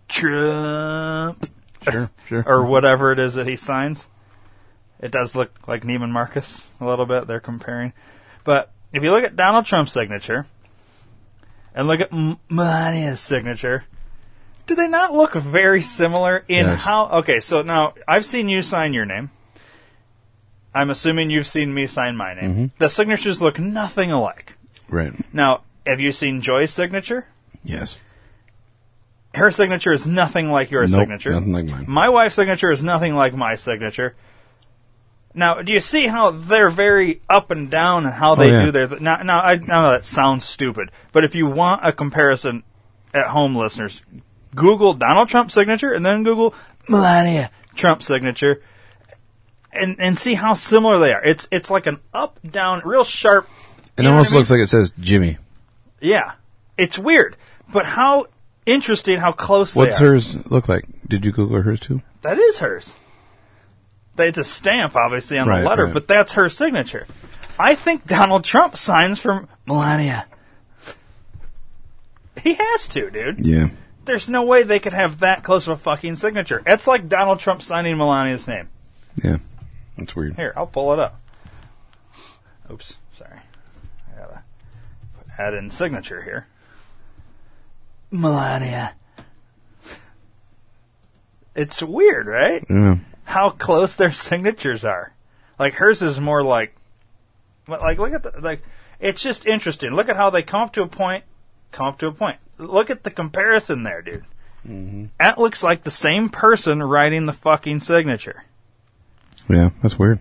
Speaker 2: Trump.
Speaker 1: Sure, sure.
Speaker 2: or whatever it is that he signs. It does look like Neiman Marcus a little bit. They're comparing. But if you look at Donald Trump's signature and look at M- Melania's signature, do they not look very similar in
Speaker 1: Yes.
Speaker 2: how? Okay, so now I've seen you sign your name. I'm assuming you've seen me sign my name.
Speaker 1: Mhm.
Speaker 2: The signatures look nothing alike.
Speaker 1: Right.
Speaker 2: Now, have you seen Joy's signature?
Speaker 1: Yes.
Speaker 2: Her signature is nothing like your
Speaker 1: Nope,
Speaker 2: signature. Mm,
Speaker 1: nothing like mine.
Speaker 2: My wife's signature is nothing like my signature. Now, do you see how they're very up and down and how they
Speaker 1: Oh, yeah.
Speaker 2: do their? Th- now, now, I, now that sounds stupid, but if you want a comparison at home, listeners, Google Donald Trump signature and then Google Melania Trump signature, and and see how similar they are. It's it's like an up down, real sharp
Speaker 1: It almost looks like it says Jimmy.
Speaker 2: yeah, it's weird, but how interesting how close
Speaker 1: What's
Speaker 2: they are.
Speaker 1: hers look like? Did you Google hers too?
Speaker 2: That is hers. That- It's a stamp, obviously, on
Speaker 1: Right,
Speaker 2: the letter,
Speaker 1: right.
Speaker 2: but that's her signature. I think Donald Trump signs from Melania. He has to, dude.
Speaker 1: Yeah.
Speaker 2: There's no way they could have that close of a fucking signature. It's like Donald Trump signing Melania's name.
Speaker 1: Yeah. That's weird.
Speaker 2: Here, I'll pull it up. Oops, sorry. I gotta put add in signature here. Melania. It's weird, right?
Speaker 1: Yeah.
Speaker 2: How close their signatures are. Like hers is more like, but, like look at the like. It's just interesting. Look at how they come up to a point, come up to a point. Look at the comparison there, dude. That looks like the same person writing the fucking signature.
Speaker 1: Yeah. That's weird.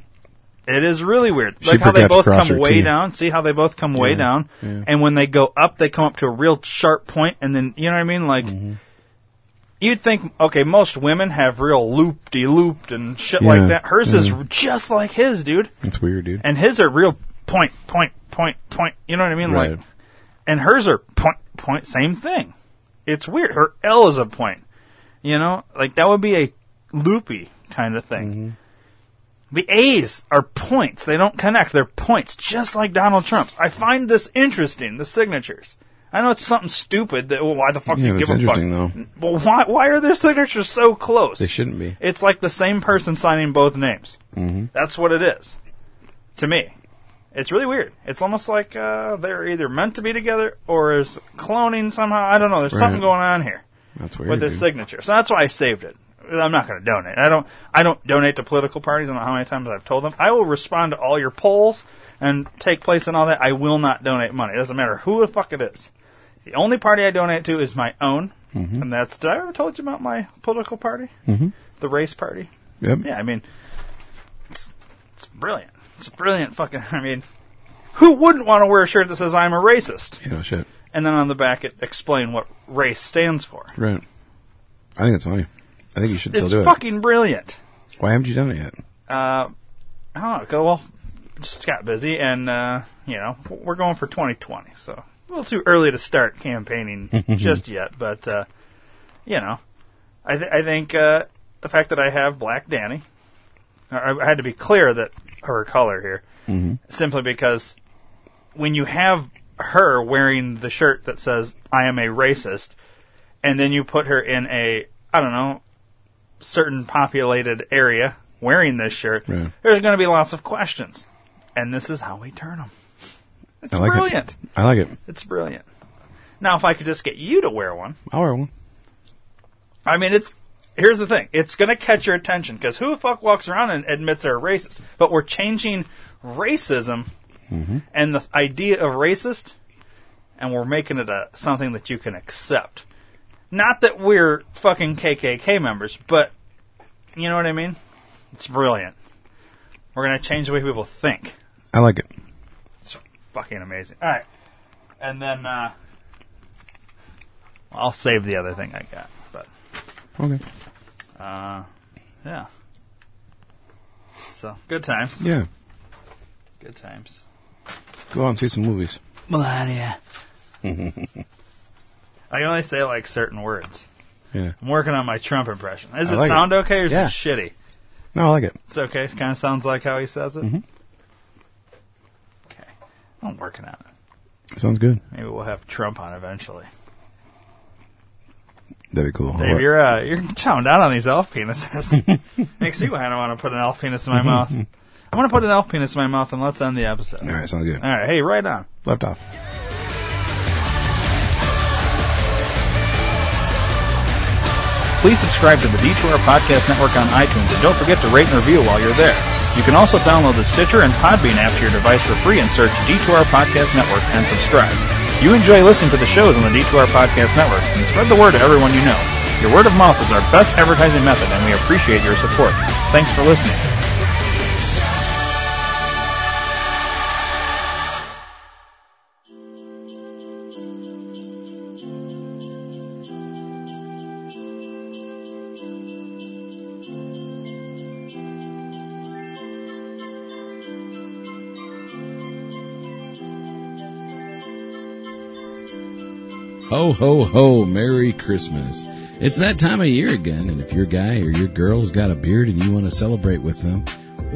Speaker 2: It is really weird.
Speaker 1: She
Speaker 2: like how they
Speaker 1: forgot to
Speaker 2: both
Speaker 1: cross
Speaker 2: come
Speaker 1: her
Speaker 2: way
Speaker 1: T.
Speaker 2: down. See how they both come way
Speaker 1: Yeah,
Speaker 2: down,
Speaker 1: yeah.
Speaker 2: and when they go up, they come up to a real sharp point, and then you know what I mean. Like
Speaker 1: Mm-hmm.
Speaker 2: you'd think, okay, most women have real loop de looped and shit
Speaker 1: Yeah, Mm-hmm.
Speaker 2: like that. Hers is
Speaker 1: yeah.
Speaker 2: just like his, dude,
Speaker 1: That's weird, dude.
Speaker 2: and his are real point, point, point, point. You know what I mean?
Speaker 1: Right.
Speaker 2: Like, and hers are point, point, same thing. It's weird. Her L is a point. You know, like that would be a loopy kind of thing.
Speaker 1: Mm-hmm.
Speaker 2: The A's are points. They don't connect. They're points, just like Donald Trump's. I find this interesting, the signatures. I know it's something stupid that, well, why the fuck
Speaker 1: Yeah,
Speaker 2: do you
Speaker 1: it's
Speaker 2: give a fuck?
Speaker 1: interesting, though.
Speaker 2: Well, why, why are their signatures so close?
Speaker 1: They shouldn't be.
Speaker 2: It's like the same person signing both names.
Speaker 1: Mm-hmm.
Speaker 2: That's what it is. To me. It's really weird. It's almost like uh, they're either meant to be together or is cloning somehow. I don't know. There's something
Speaker 1: Right.
Speaker 2: going on here
Speaker 1: That's weird.
Speaker 2: with his
Speaker 1: dude.
Speaker 2: signature. So that's why I saved it. I'm not going to donate. I don't. I don't donate to political parties. I don't know how many times I've told them. I will respond to all your polls and take place in all that. I will not donate money. It doesn't matter who the fuck it is. The only party I donate to is my own,
Speaker 1: Mhm.
Speaker 2: and that's. Did I ever told you about my political party,
Speaker 1: Mhm.
Speaker 2: the race party?
Speaker 1: Yep.
Speaker 2: Yeah, I mean, it's it's brilliant. It's brilliant. Fucking. I mean, who wouldn't want to wear a shirt that says I'm a racist?
Speaker 1: Yeah. No shit.
Speaker 2: And then on the back it explain what race stands for.
Speaker 1: Right. I think it's funny. I think you should still
Speaker 2: It's
Speaker 1: do
Speaker 2: fucking brilliant.
Speaker 1: it. Why haven't you done it yet?
Speaker 2: uh, I don't know. Go well. Just got busy, and uh, you know we're going for 2020, so a little too early to start campaigning just yet. But uh, you know, I th- I think uh, the fact that I have Black Danny, I, I had to be clear that her color here,
Speaker 3: Mhm.
Speaker 2: simply because when you have her wearing the shirt that says "I am a racist," and then you put her in a I don't know certain populated area wearing this shirt,
Speaker 1: Yeah.
Speaker 2: there's going to be lots of questions, and this is how we turn them. It's
Speaker 1: I like
Speaker 2: brilliant.
Speaker 1: It. I like it.
Speaker 2: It's brilliant. Now, if I could just get you to wear one,
Speaker 1: I'll wear one.
Speaker 2: I mean, it's here's the thing: it's going to catch your attention because who the fuck walks around and admits they're racist? But we're changing racism
Speaker 3: Mm-hmm.
Speaker 2: and the idea of racist, and we're making it a something that you can accept. Not that we're fucking KKK members, but you know what I mean. It's brilliant. We're gonna change the way people think.
Speaker 1: I like it.
Speaker 2: Fucking amazing. All right, and then uh, I'll save the other thing I got, but.
Speaker 1: Okay.
Speaker 2: Uh, yeah. So good times.
Speaker 1: Yeah.
Speaker 2: Good times.
Speaker 1: Go out and see some movies.
Speaker 2: Melania.
Speaker 1: yeah.
Speaker 2: I can only say like certain words. I'm working on my Trump impression. Does
Speaker 1: I
Speaker 2: it
Speaker 1: like it.
Speaker 2: sound okay or is
Speaker 1: Yeah.
Speaker 2: it shitty?
Speaker 1: No, I like it.
Speaker 2: It's okay. It kind of sounds like how he says it.
Speaker 1: Mhm.
Speaker 2: Okay. I'm working on it.
Speaker 1: Sounds good.
Speaker 2: Maybe we'll have Trump on eventually.
Speaker 1: That'd be cool.
Speaker 2: Dave, you're uh, you're chowing down on these elf penises. Makes me kind of want to put an elf penis in my mouth. I want to put an elf penis in my mouth, and let's end the episode. All
Speaker 1: right, sounds good.
Speaker 2: All right, hey, right on.
Speaker 1: Left off.
Speaker 2: Please subscribe to the D2R Podcast Network on iTunes and don't forget to rate and review while you're there. You can also download the Stitcher and Podbean app to your device for free and search D2R Podcast Network and subscribe. You enjoy listening to the shows on the D2R Podcast Network and spread the word to everyone you know. Your word of mouth is our best advertising method and we appreciate your support. Thanks for listening.
Speaker 12: Ho, ho, ho, Merry Christmas. It's that time of year again, and if your guy or your girl's got a beard and you want to celebrate with them,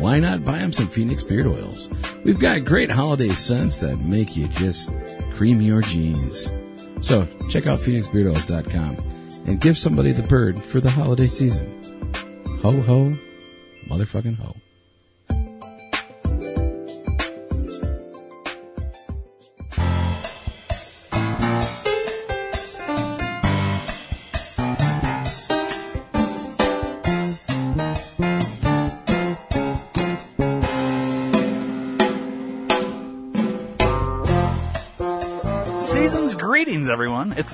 Speaker 12: why not buy them some Phoenix beard oils? We've got great holiday scents that make you just cream your jeans. So check out PhoenixBeardOils.com and give somebody the bird for the holiday season. Ho, ho, motherfucking ho.
Speaker 2: Season's greetings, everyone. It's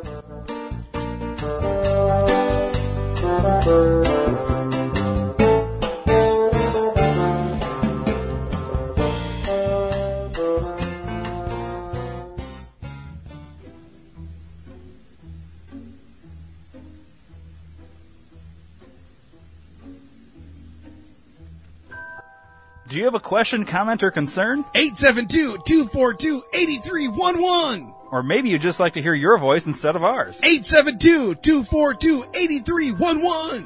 Speaker 2: Do you have a question, comment, or concern?
Speaker 12: 872-242-8311.
Speaker 2: Or maybe you'd just like to hear your voice instead of ours.
Speaker 12: 872-242-8311.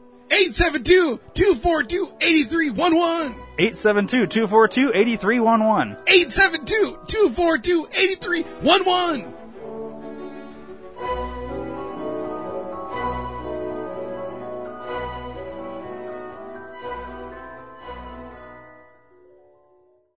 Speaker 12: 872-242-8311.
Speaker 2: 872-242-8311.
Speaker 12: 872-242-8311.